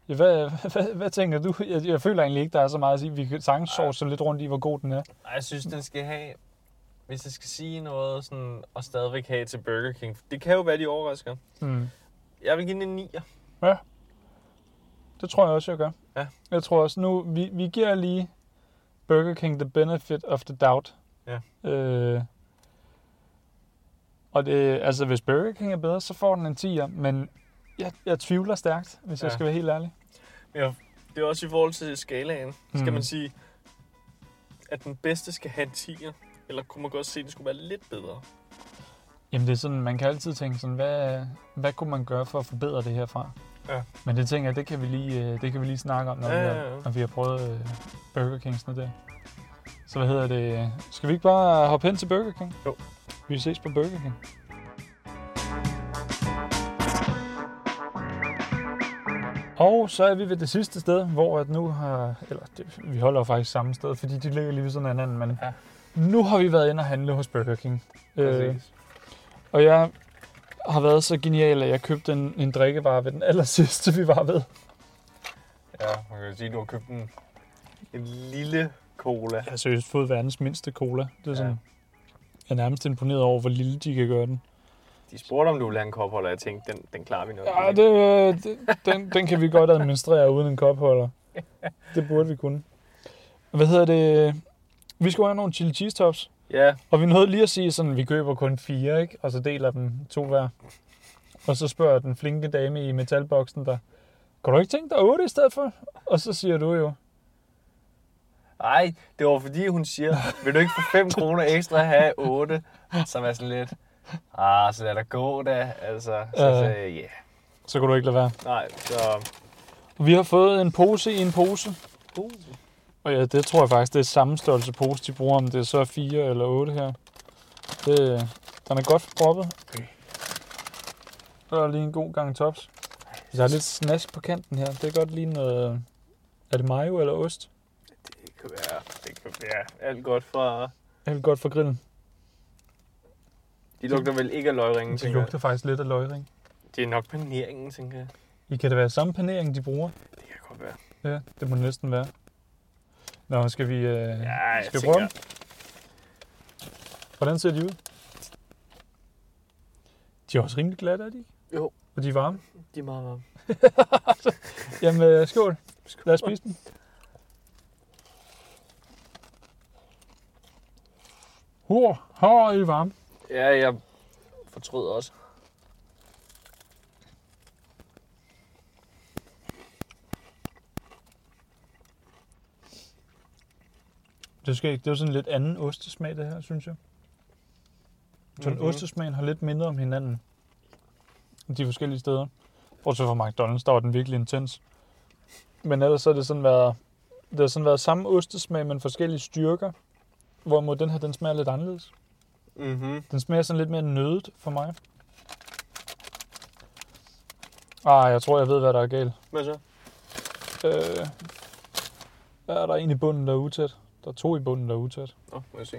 Speaker 1: Ja, hvad, hvad, hvad tænker du? Jeg, jeg føler egentlig ikke, der er så meget at sige. Vi kan sagtens
Speaker 2: Ej.
Speaker 1: sove lidt rundt i, hvor god den er.
Speaker 2: Ej, Jeg synes, den skal have, hvis jeg skal sige noget, sådan, og stadigvæk have til Burger King. Det kan jo være, de overrasker.
Speaker 1: Mm.
Speaker 2: Jeg vil give den en 9'er.
Speaker 1: Det tror jeg også, jeg gør.
Speaker 2: Ja.
Speaker 1: Jeg tror også nu, vi, vi giver lige Burger King the benefit of the doubt. Ja. Øh, og det, altså, hvis Burger King er bedre, så får den en 10'er, men jeg, jeg tvivler stærkt, hvis ja. jeg
Speaker 2: Ja.
Speaker 1: skal være helt ærlig.
Speaker 2: Ja, det er også i forhold til skalaen. Mm.
Speaker 1: Mm.
Speaker 2: Skal man sige, at den bedste skal have en 10'er? Eller kunne man godt se, at den skulle være lidt bedre?
Speaker 1: Jamen det er sådan, man kan altid tænke sådan, hvad, hvad kunne man gøre for at forbedre det herfra?
Speaker 2: Ja.
Speaker 1: Men det tænker jeg, det kan vi lige, øh, det kan vi lige snakke om, når,
Speaker 2: Ja,
Speaker 1: vi,
Speaker 2: ja, ja.
Speaker 1: har, når vi har prøvet øh, Burger Kings'ene der. Så hvad hedder det? Skal vi ikke bare hoppe hen til Burger King?
Speaker 2: Jo.
Speaker 1: Vi ses på Burger King. Og så er vi ved det sidste sted, hvor at nu har... Eller det, vi holder jo faktisk samme sted, fordi de ligger lige ved sådan en anden, men...
Speaker 2: Ja.
Speaker 1: Nu har vi været inde og handle hos Burger King. Øh,
Speaker 2: Præcis.
Speaker 1: og jeg har været så genial, at jeg købte en, en drikkevare ved den aller sidste, vi var ved.
Speaker 2: Ja, man kan jo sige, at du har købt en, en lille cola.
Speaker 1: Jeg har seriøst fået verdens mindste cola. Det er
Speaker 2: Ja.
Speaker 1: sådan, jeg er nærmest imponeret over, hvor lille de kan gøre den.
Speaker 2: De spurgte, om du ville have en kopholder, og jeg tænkte, den, den klarer vi nok.
Speaker 1: Ja, det, øh, det, den, den kan vi godt administrere uden en kopholder. Det burde vi kunne. Hvad hedder det? Vi skulle have nogle chili cheese tops,
Speaker 2: ja,
Speaker 1: og vi nåede lige at sige sådan, vi køber kun fire, ikke? Og så deler dem to hver. Og så spørger den flinke dame i metalboksen der, kunne du ikke tænke dig otte i stedet for? Og så siger du jo,
Speaker 2: Ej, det var fordi, hun siger, vil du ikke for 5 kroner ekstra have 8? Som er sådan lidt, ah, så lad dig gå da. Altså, så
Speaker 1: Ja.
Speaker 2: sagde jeg, ja. Yeah.
Speaker 1: så kunne du ikke lade være.
Speaker 2: Nej, så...
Speaker 1: Vi har fået en pose i en pose.
Speaker 2: Uh,
Speaker 1: Og ja, det tror jeg faktisk, det er samme størrelse pose, de bruger, om det er så 4 eller 8 her. Det, den er godt proppet.
Speaker 2: Okay.
Speaker 1: Så er der lige en god gang tops. Der er lidt snask på kanten her. Det er godt lige noget... øh, Er det mayo eller ost?
Speaker 2: det kan være, det kan være alt godt fra...
Speaker 1: Det er godt for grillen.
Speaker 2: De lugter vel ikke af løgringen,
Speaker 1: Det
Speaker 2: tænker jeg.
Speaker 1: lugter faktisk lidt af løgring.
Speaker 2: Det er nok paneringen, tænker jeg.
Speaker 1: I kan det være samme panering, de bruger?
Speaker 2: Det kan godt være.
Speaker 1: Ja, det må det næsten være. Nå, skal vi, øh,
Speaker 2: Ja, jeg
Speaker 1: skal vi
Speaker 2: tænker-
Speaker 1: prøve dem? Hvordan ser de ud? De er også rimelig glatte, er de ikke?
Speaker 2: Jo.
Speaker 1: Og de er varme.
Speaker 2: De er meget varme.
Speaker 1: Jamen, øh, skål. Lad os spise den. Hår, hår i varme.
Speaker 2: Ja, jeg fortryder også.
Speaker 1: Det skal ikke. Det er jo sådan lidt anden ostesmag, det her, synes jeg. Sådan mm-hmm.
Speaker 2: Mhm.
Speaker 1: ostesmagen har lidt mindre om hinanden. De forskellige steder. Bortset fra McDonald's, der var den virkelig intens. Men ellers så har det sådan været, det har sådan været samme ostesmag, men forskellige styrker. Hvorimod den her, den smager lidt anderledes.
Speaker 2: Mhm.
Speaker 1: Den smager sådan lidt mere nødet for mig. Ah, jeg tror, jeg ved, hvad der er galt.
Speaker 2: Hvad så?
Speaker 1: Øh, hvad er der en i bunden, der er utæt? Der er to i bunden, der er utæt.
Speaker 2: Nå, må jeg se.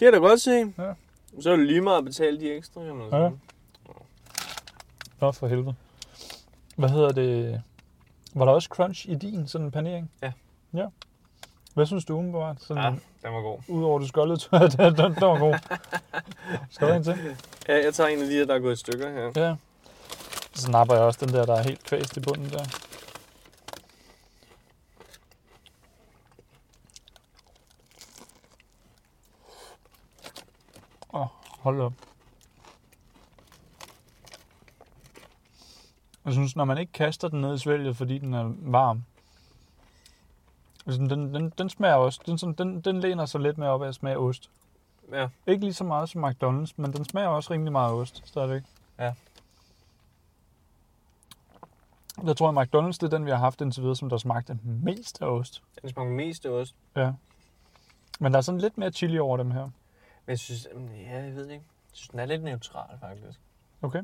Speaker 2: Det er da godt se.
Speaker 1: Ja.
Speaker 2: Så er det lige meget at betale de ekstra, kan man
Speaker 1: Ja.
Speaker 2: sige.
Speaker 1: Nå, for helvede. Hvad hedder det? Var der også crunch i din sådan en panering?
Speaker 2: Ja.
Speaker 1: Ja. Hvad synes du umiddelbart? Sådan, ja.
Speaker 2: den var god.
Speaker 1: Udover det skoldede tøj, den, den, den var god. Skal der en til?
Speaker 2: Ja, jeg tager en af de her, der er gået i stykker her.
Speaker 1: Ja. Så napper jeg også den der, der er helt kvæst i bunden der. Åh, oh, hold op. Jeg synes, når man ikke kaster den ned i svælget, fordi den er varm, altså, den, den, den smager også, den, sådan- den, den læner sig lidt mere op af at smage ost.
Speaker 2: Ja.
Speaker 1: Ikke lige så meget som McDonald's, men den smager også rimelig meget af ost stadigvæk.
Speaker 2: Ja.
Speaker 1: Jeg tror, at McDonald's det er den, vi har haft indtil videre, som der smagte mest af ost.
Speaker 2: Den smager mest af ost.
Speaker 1: Ja. Men der er sådan lidt mere chili over dem her.
Speaker 2: Men jeg synes, mm, ja, jeg ved det ikke. Jeg synes, den er lidt neutral, faktisk.
Speaker 1: Okay.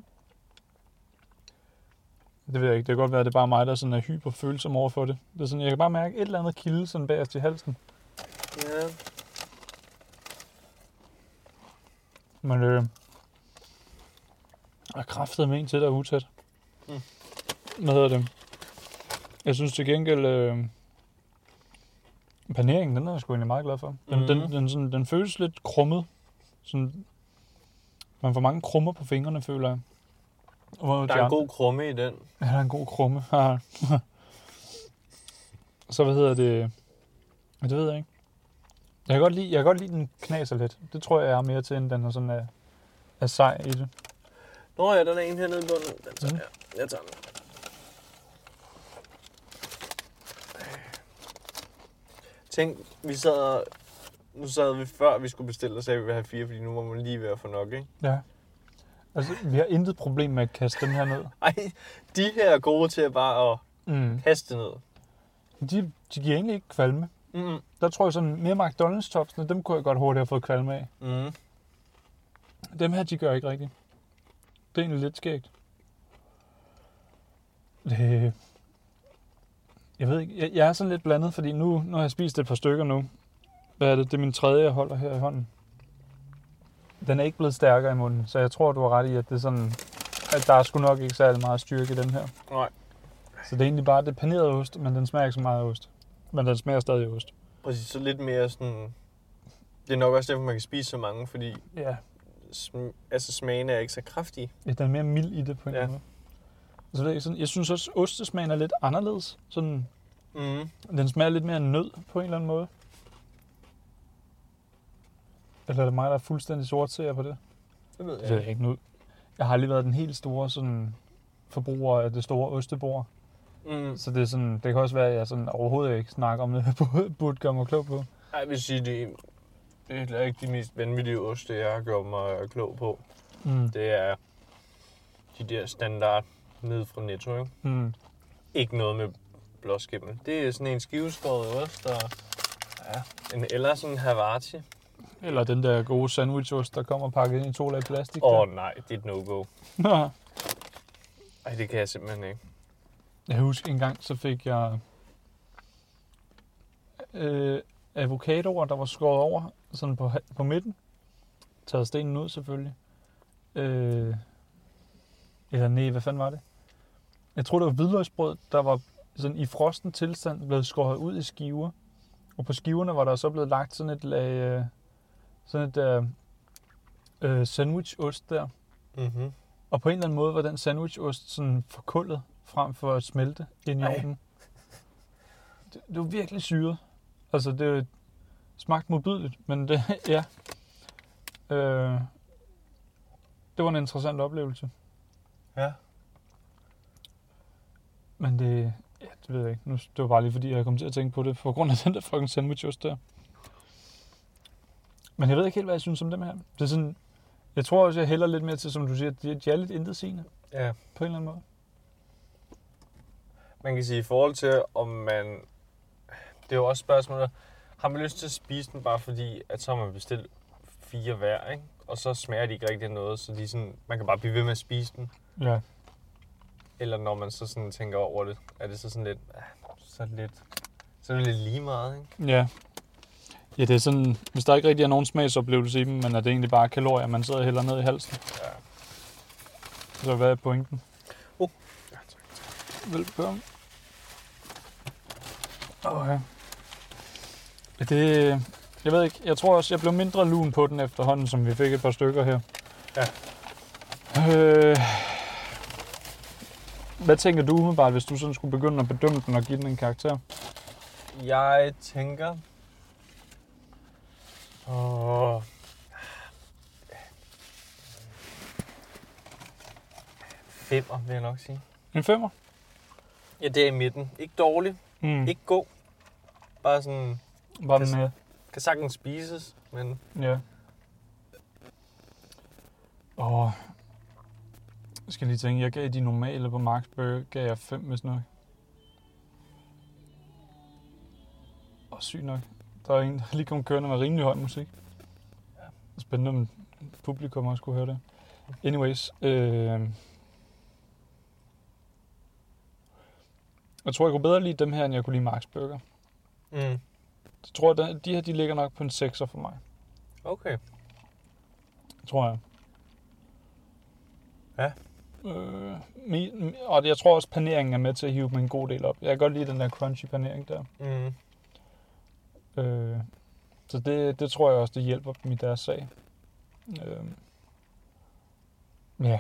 Speaker 1: Det ved jeg ikke. Det kan godt være, at det er bare mig, der sådan er hyperfølsom over for det. Det er sådan, jeg kan bare mærke et eller andet kilde sådan bagerst i halsen.
Speaker 2: Ja.
Speaker 1: Men øh, jeg kræftede med en til, der er utæt.
Speaker 2: Mm.
Speaker 1: Hvad hedder det? Jeg synes til gengæld, øh, paneringen, den er jeg sgu egentlig meget glad for. Den, mm.
Speaker 2: Mhm.
Speaker 1: den, den, sådan, den føles lidt krummet. Sådan, man får mange krummer på fingrene, føler jeg. Hvor
Speaker 2: Der er en god krumme i den.
Speaker 1: Ja, der er en god krumme. Haha. så hvad hedder det? Ja, det ved jeg ikke. Jeg kan godt lide, jeg kan godt lide den knaser lidt. Det tror jeg, jeg er mere til, end den er sådan er, er sej i det.
Speaker 2: Nå ja, den er en hernede i bunden. Den tager
Speaker 1: Mm.
Speaker 2: jeg. Jeg tager den. Tænk, vi sad... Nu sad vi før, vi skulle bestille, og sagde, at vi ville have fire, fordi nu var man lige ved at få nok, ikke?
Speaker 1: Ja. Altså, vi har intet problem med at kaste dem her ned.
Speaker 2: Ej, de her er gode til at bare at
Speaker 1: Mm.
Speaker 2: kaste ned.
Speaker 1: De, de giver egentlig ikke kvalme.
Speaker 2: Mm.
Speaker 1: Der tror jeg sådan, mere McDonald's topsene, dem kunne jeg godt hurtigt have fået kvalme af.
Speaker 2: Mm.
Speaker 1: Dem her, de gør ikke rigtigt. Det er egentlig lidt skægt. Øh, jeg ved ikke, jeg, jeg er sådan lidt blandet, fordi nu, nu har jeg spist et par stykker nu. Hvad er det? Det er min tredje, jeg holder her i hånden. Den er ikke blevet stærkere i munden, så jeg tror, du har ret i, at det er sådan, at der er sgu nok ikke særlig meget styrke i den her.
Speaker 2: Nej,
Speaker 1: Så det er egentlig bare det panerede ost, men den smager ikke så meget af ost. Men den smager stadig af ost.
Speaker 2: præcis. Så lidt mere sådan... Det er nok også derfor, man kan spise så mange, fordi
Speaker 1: Ja,
Speaker 2: sm- altså, smagen er ikke så kraftig.
Speaker 1: Ja, den er mere mild i det på en
Speaker 2: Ja.
Speaker 1: ja. måde. Så det er sådan, jeg synes også, at ostesmagen er lidt anderledes. Sådan,
Speaker 2: Mm.
Speaker 1: Den smager lidt mere nød på en eller anden måde. Eller er det mig, der er fuldstændig sort ser på det?
Speaker 2: Det ved
Speaker 1: Det ved jeg ikke nu. Jeg har aldrig været den helt store sådan, forbruger af det store ostebord.
Speaker 2: Mm.
Speaker 1: Så det, er sådan, det kan også være, at jeg sådan, overhovedet ikke snakker om det, jeg burde- burde gøre mig klog på.
Speaker 2: Ej, jeg vil sige, det er, det er heller ikke de mest vanvittige oste, jeg har gjort mig klog på.
Speaker 1: Mm.
Speaker 2: Det er de der standard ned fra Netto, ikke?
Speaker 1: Mm.
Speaker 2: Ikke noget med blåskimmel. Det er sådan en skiveskåret ost, og ja, en, eller sådan en Havarti.
Speaker 1: Eller den der gode sandwichost, der kommer pakket ind i to lag plastik.
Speaker 2: Åh oh, nej, det er et no-go.
Speaker 1: Der.
Speaker 2: Ej, det kan jeg simpelthen ikke.
Speaker 1: Jeg husker en gang, så fik jeg øh, avocadoer, der var skåret over sådan på, ha- på midten. Taget stenen ud selvfølgelig. Øh, eller nej, hvad fanden var det? Jeg tror, det var hvidløgsbrød, der var sådan i frosten tilstand blevet skåret ud i skiver. Og på skiverne var der så blevet lagt sådan et lag, øh, sådan et øh, øh, sandwichost der.
Speaker 2: Mm-hmm.
Speaker 1: Og på en eller anden måde var den sandwichost sådan forkullet frem for at smelte ind i
Speaker 2: Ej.
Speaker 1: ovnen. Det, det var virkelig syret. Altså, det smagte modbydeligt, men det, ja. Øh, det var en interessant oplevelse.
Speaker 2: Ja.
Speaker 1: Men det, ja, det ved jeg ikke. Nu, det var bare lige fordi, jeg kom til at tænke på det, på grund af den der fucking sandwichost der. Men jeg ved ikke helt, hvad jeg synes om dem her. Det er sådan, jeg tror også, jeg hælder lidt mere til, som du siger, de, de er lidt intetsigende
Speaker 2: Ja.
Speaker 1: på en eller anden måde.
Speaker 2: Man kan sige, i forhold til, om man... Det er jo også spørgsmålet, har man lyst til at spise den bare fordi, at så har man bestilt fire hver, ikke? Og så smager de ikke rigtig af noget, så de er sådan, man kan bare blive ved med at spise den.
Speaker 1: Ja.
Speaker 2: Eller når man så sådan tænker over det, er det så sådan lidt, ah, så lidt, så er det lidt lige meget, ikke?
Speaker 1: Ja. Ja, det er sådan, hvis der ikke rigtig er nogen smagsoplevelse i dem, men er det egentlig bare kalorier, man sidder og hælder ned i halsen.
Speaker 2: Ja.
Speaker 1: Så hvad er pointen?
Speaker 2: Oh.
Speaker 1: Velbekomme. Okay. Ja, Det, jeg ved ikke, jeg tror også, jeg blev mindre lun på den efterhånden, som vi fik et par stykker her.
Speaker 2: Ja.
Speaker 1: Øh, hvad tænker du umiddelbart, hvis du sådan skulle begynde at bedømme den og give den en karakter?
Speaker 2: Jeg tænker... Åh... Femmer, vil jeg nok sige.
Speaker 1: En femmer?
Speaker 2: Ja, det er i midten. Ikke dårlig,
Speaker 1: Mm.
Speaker 2: ikke god. Bare sådan,
Speaker 1: Var den, øh,
Speaker 2: kan sagtens spises, men
Speaker 1: Ja. Og jeg skal lige tænke, jeg gav de normale på Max Burger, gav jeg 5, hvis nok. Og sygt nok. Der er en, der lige kom kørende med rimelig høj musik. Spændende, om publikum også kunne høre det. Anyways, øh, Jeg tror, jeg kunne bedre lide dem her, end jeg kunne lide Max Burger.
Speaker 2: Mm.
Speaker 1: Så tror jeg, at de her de ligger nok på en 6'er for mig.
Speaker 2: Okay.
Speaker 1: Tror jeg.
Speaker 2: Ja.
Speaker 1: Øh, mi- mi- og jeg tror også, paneringen er med til at hive dem en god del op. Jeg kan godt lide den der crunchy panering der.
Speaker 2: Mm.
Speaker 1: Øh, så det, det tror jeg også, det hjælper dem i deres sag. Øh, ja.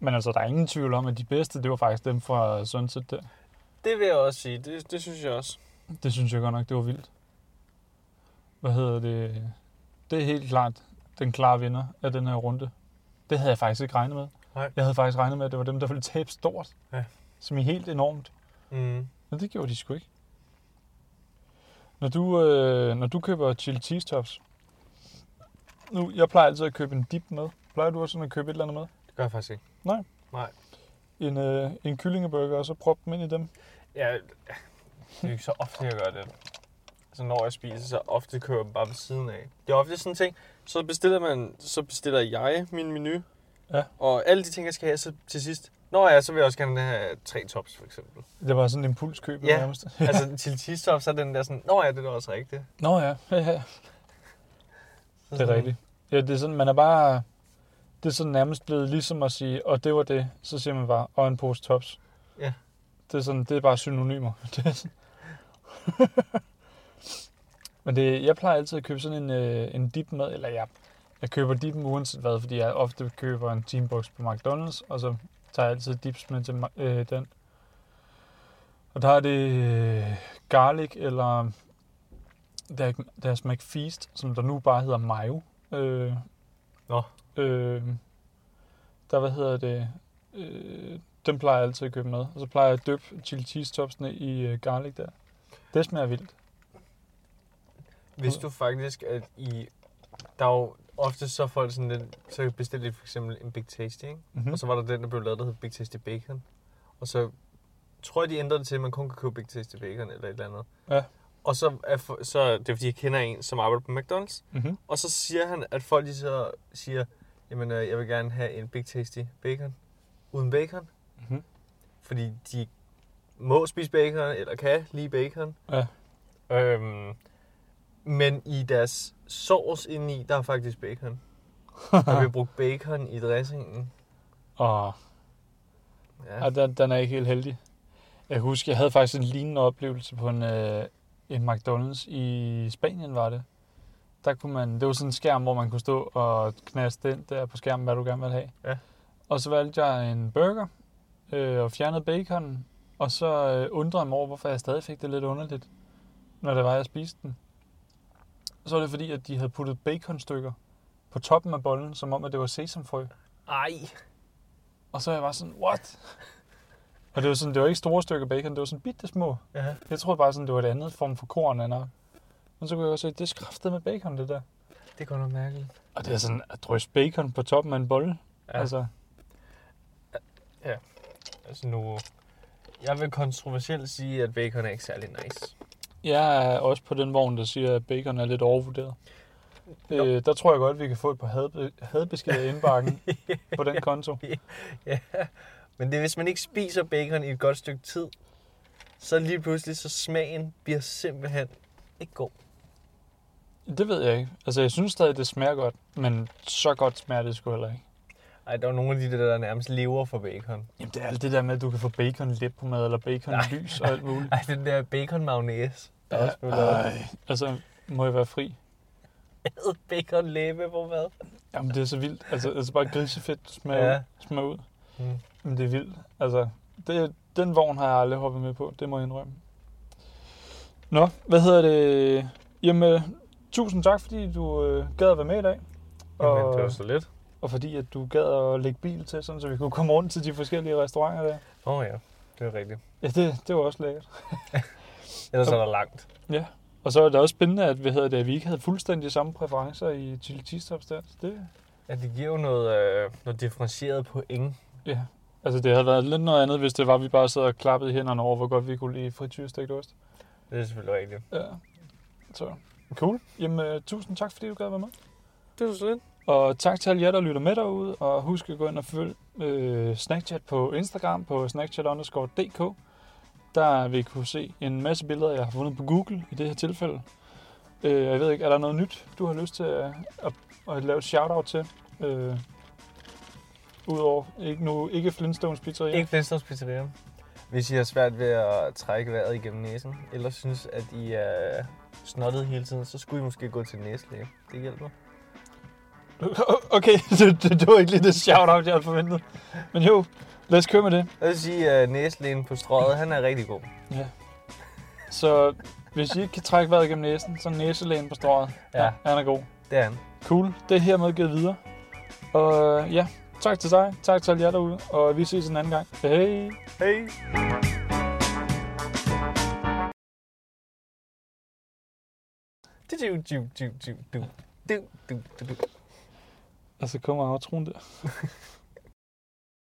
Speaker 1: Men altså, der er ingen tvivl om, at de bedste, det var faktisk dem fra Sunset der.
Speaker 2: Det vil jeg også sige. Det, det synes jeg også.
Speaker 1: Det synes jeg godt nok, det var vildt. Hvad hedder det? Det er helt klart den klare vinder af den her runde. Det havde jeg faktisk ikke regnet med.
Speaker 2: Nej.
Speaker 1: Jeg havde faktisk regnet med, at det var dem, der ville tabe stort.
Speaker 2: Ja.
Speaker 1: Som i helt enormt.
Speaker 2: Mm.
Speaker 1: Men det gjorde de sgu ikke. Når du, øh, når du køber chili cheese tops, nu, jeg plejer altid at købe en dip med. Plejer du også sådan at købe et eller andet med?
Speaker 2: Det gør jeg faktisk ikke.
Speaker 1: En, øh, en kyllingeburger, og så proppe dem ind i dem.
Speaker 2: Ja, det er jo ikke så ofte, jeg gør det. Så når jeg spiser, så ofte kører jeg dem bare ved siden af. Det er ofte sådan en ting, så bestiller, man, så bestiller jeg min menu,
Speaker 1: Ja.
Speaker 2: og alle de ting, jeg skal have så til sidst. Nå ja, så vil jeg også gerne have tre tops, for eksempel.
Speaker 1: Det var sådan en impulskøb
Speaker 2: Ja.
Speaker 1: nærmest.
Speaker 2: altså til tistops, så er den der sådan, nå ja, det er da også rigtigt.
Speaker 1: Nå ja, ja, ja.
Speaker 2: Så
Speaker 1: Det er
Speaker 2: sådan-
Speaker 1: rigtigt. Ja, det er sådan, man er bare... Det er sådan nærmest blevet ligesom at sige, og det var det, så siger man bare, og en pose tops.
Speaker 2: Ja.
Speaker 1: Det er sådan, det er bare synonymer. Det er sådan. Men det, jeg plejer altid at købe sådan en, øh, en dip med, eller jeg, jeg køber dippen uanset hvad, fordi jeg ofte køber en teambox på McDonald's, og så tager jeg altid dips med til ma- øh, den. Og der er det øh, garlic eller der, deres McFeast, som der nu bare hedder Mayo. Øh,
Speaker 2: Nå.
Speaker 1: Øh, der, hvad hedder det, øh, den plejer jeg altid at købe med. Og så plejer jeg at døbe chili cheese topsene i øh, garlic der. Det smager vildt.
Speaker 2: Hvis du faktisk, at i... Der er jo ofte så folk sådan lidt, så bestiller de for eksempel en Big Tasty, ikke?
Speaker 1: Mm-hmm.
Speaker 2: Og så var der den, der blev lavet, der hed Big Tasty Bacon. Og så tror jeg, de ændrede det til, at man kun kan købe Big Tasty Bacon eller et eller andet.
Speaker 1: Ja.
Speaker 2: Og så, er for, så det er fordi, jeg kender en, som arbejder på McDonald's.
Speaker 1: Mm-hmm.
Speaker 2: Og så siger han, at folk de så siger, jamen øh, jeg vil gerne have en Big Tasty Bacon uden bacon.
Speaker 1: Mhm.
Speaker 2: Fordi de må spise bacon, eller kan lige bacon.
Speaker 1: Ja.
Speaker 2: Øhm, men i deres sauce indeni, der er faktisk bacon. Der bliver brugt bacon i dressingen.
Speaker 1: Og
Speaker 2: Ja.
Speaker 1: ja. den, den er ikke helt heldig. Jeg husker, jeg havde faktisk en lignende oplevelse på en, øh, en McDonald's i Spanien, var det. Der kunne man, det var sådan en skærm, hvor man kunne stå og knaste ind der på skærmen, hvad du gerne ville have.
Speaker 2: Ja.
Speaker 1: Og så valgte jeg en burger øh, og fjernede baconen. Og så øh, undrede jeg mig over, hvorfor jeg stadig fik det lidt underligt, når det var, jeg spiste den. Så var det fordi, at de havde puttet baconstykker på toppen af bollen, som om, at det var sesamfrø.
Speaker 2: Ej.
Speaker 1: Og så var jeg bare sådan, what? Og det var, sådan, det var ikke store stykker bacon, det var sådan bitte små.
Speaker 2: Ja.
Speaker 1: Jeg troede bare, sådan, det var et andet form for korn. Eller. noget. Men så kunne jeg også se, det er skræftet med bacon, det der.
Speaker 2: Det er godt nok mærkeligt.
Speaker 1: Og det er sådan at drysse bacon på toppen af en bolle. Ja.
Speaker 2: Ja.
Speaker 1: Altså,
Speaker 2: Altså nu... Jeg vil kontroversielt sige, at bacon er ikke særlig nice.
Speaker 1: jeg er også på den vogn, der siger, at bacon er lidt overvurderet.
Speaker 2: Jo.
Speaker 1: Øh, der tror jeg godt, vi kan få et par hadbe- hadbeskeder i indbakken på den konto.
Speaker 2: Ja. Men det er, hvis man ikke spiser bacon i et godt stykke tid, så lige pludselig, så smagen bliver simpelthen ikke god.
Speaker 1: Det ved jeg ikke. Altså, jeg synes stadig, det smager godt, men så godt smager det sgu heller ikke.
Speaker 2: Ej, der er nogle af de der, der nærmest lever for bacon.
Speaker 1: Jamen, det er alt det der med, at du kan få bacon lidt på mad, eller bacon lys og alt muligt.
Speaker 2: Ej, den der bacon mayonnaise, der ja, også blev lavet.
Speaker 1: Ej, altså, må jeg være fri?
Speaker 2: Bacon læbe på mad.
Speaker 1: Jamen, det er så vildt. Altså, altså bare grisefedt smager, ja.
Speaker 2: Ja.
Speaker 1: smager ud.
Speaker 2: Mm.
Speaker 1: Men det er vildt. Altså, det, den vogn har jeg aldrig hoppet med på. Det må jeg indrømme. Nå, hvad hedder det? Jamen, øh, tusind tak, fordi du øh, gad at være med i dag.
Speaker 2: Jamen, det var
Speaker 1: Og,
Speaker 2: så lidt.
Speaker 1: og fordi at du gad at lægge bil til, sådan, så vi kunne komme rundt til de forskellige restauranter der.
Speaker 2: Åh oh, ja, det er rigtigt.
Speaker 1: Ja, det, det var også lækkert.
Speaker 2: Ellers er der langt.
Speaker 1: Og så er det også spændende, at, hvad hedder det, at vi ikke havde fuldstændig samme præferencer i Chili Cheese Tops der. Så Det,
Speaker 2: Ja, det giver jo noget, øh, noget differentieret point.
Speaker 1: Ja, altså det havde været lidt noget andet, hvis det var, at vi bare sad og klappede i hænderne over, hvor godt vi kunne lide frityrestegt ost.
Speaker 2: Det er selvfølgelig rigtigt.
Speaker 1: Ja. Så cool. Jamen, øh, tusind tak, fordi du gad at være med.
Speaker 2: Det var så lidt.
Speaker 1: Og tak til alle jer, der lytter med derude. Og husk at gå ind og følge øh, Snackchat på Instagram på snackchat_dk. der vil I kunne se en masse billeder, jeg har fundet på Google i det her tilfælde. Øh, jeg ved ikke, er der noget nyt, du har lyst til at, at, at lave et shout-out til? Øh, Udover ikke, nu, ikke Flintstones Pizzeria.
Speaker 2: Ikke Flintstones Pizzeria. Hvis I har svært ved at trække vejret igennem næsen, eller synes, at I er snottet hele tiden, så skulle I måske gå til næslæge. Det hjælper.
Speaker 1: Okay, det, det, det var ikke lige det shout-out, jeg havde forventet. Men jo, lad os køre med det.
Speaker 2: Jeg vil sige, at næslægen på strøget, han er rigtig god.
Speaker 1: Ja. Så hvis I ikke kan trække vejret gennem næsen, så næselægen på strået.
Speaker 2: Ja.
Speaker 1: Han er god.
Speaker 2: Det er han.
Speaker 1: Cool. Det er hermed givet videre. Og øh, ja, tak til dig. Tak til alle jer derude. Og vi ses en anden gang. Hej.
Speaker 2: Hej! Du, du, du, du, du, du, du, du, du.
Speaker 1: Og så kommer outroen der.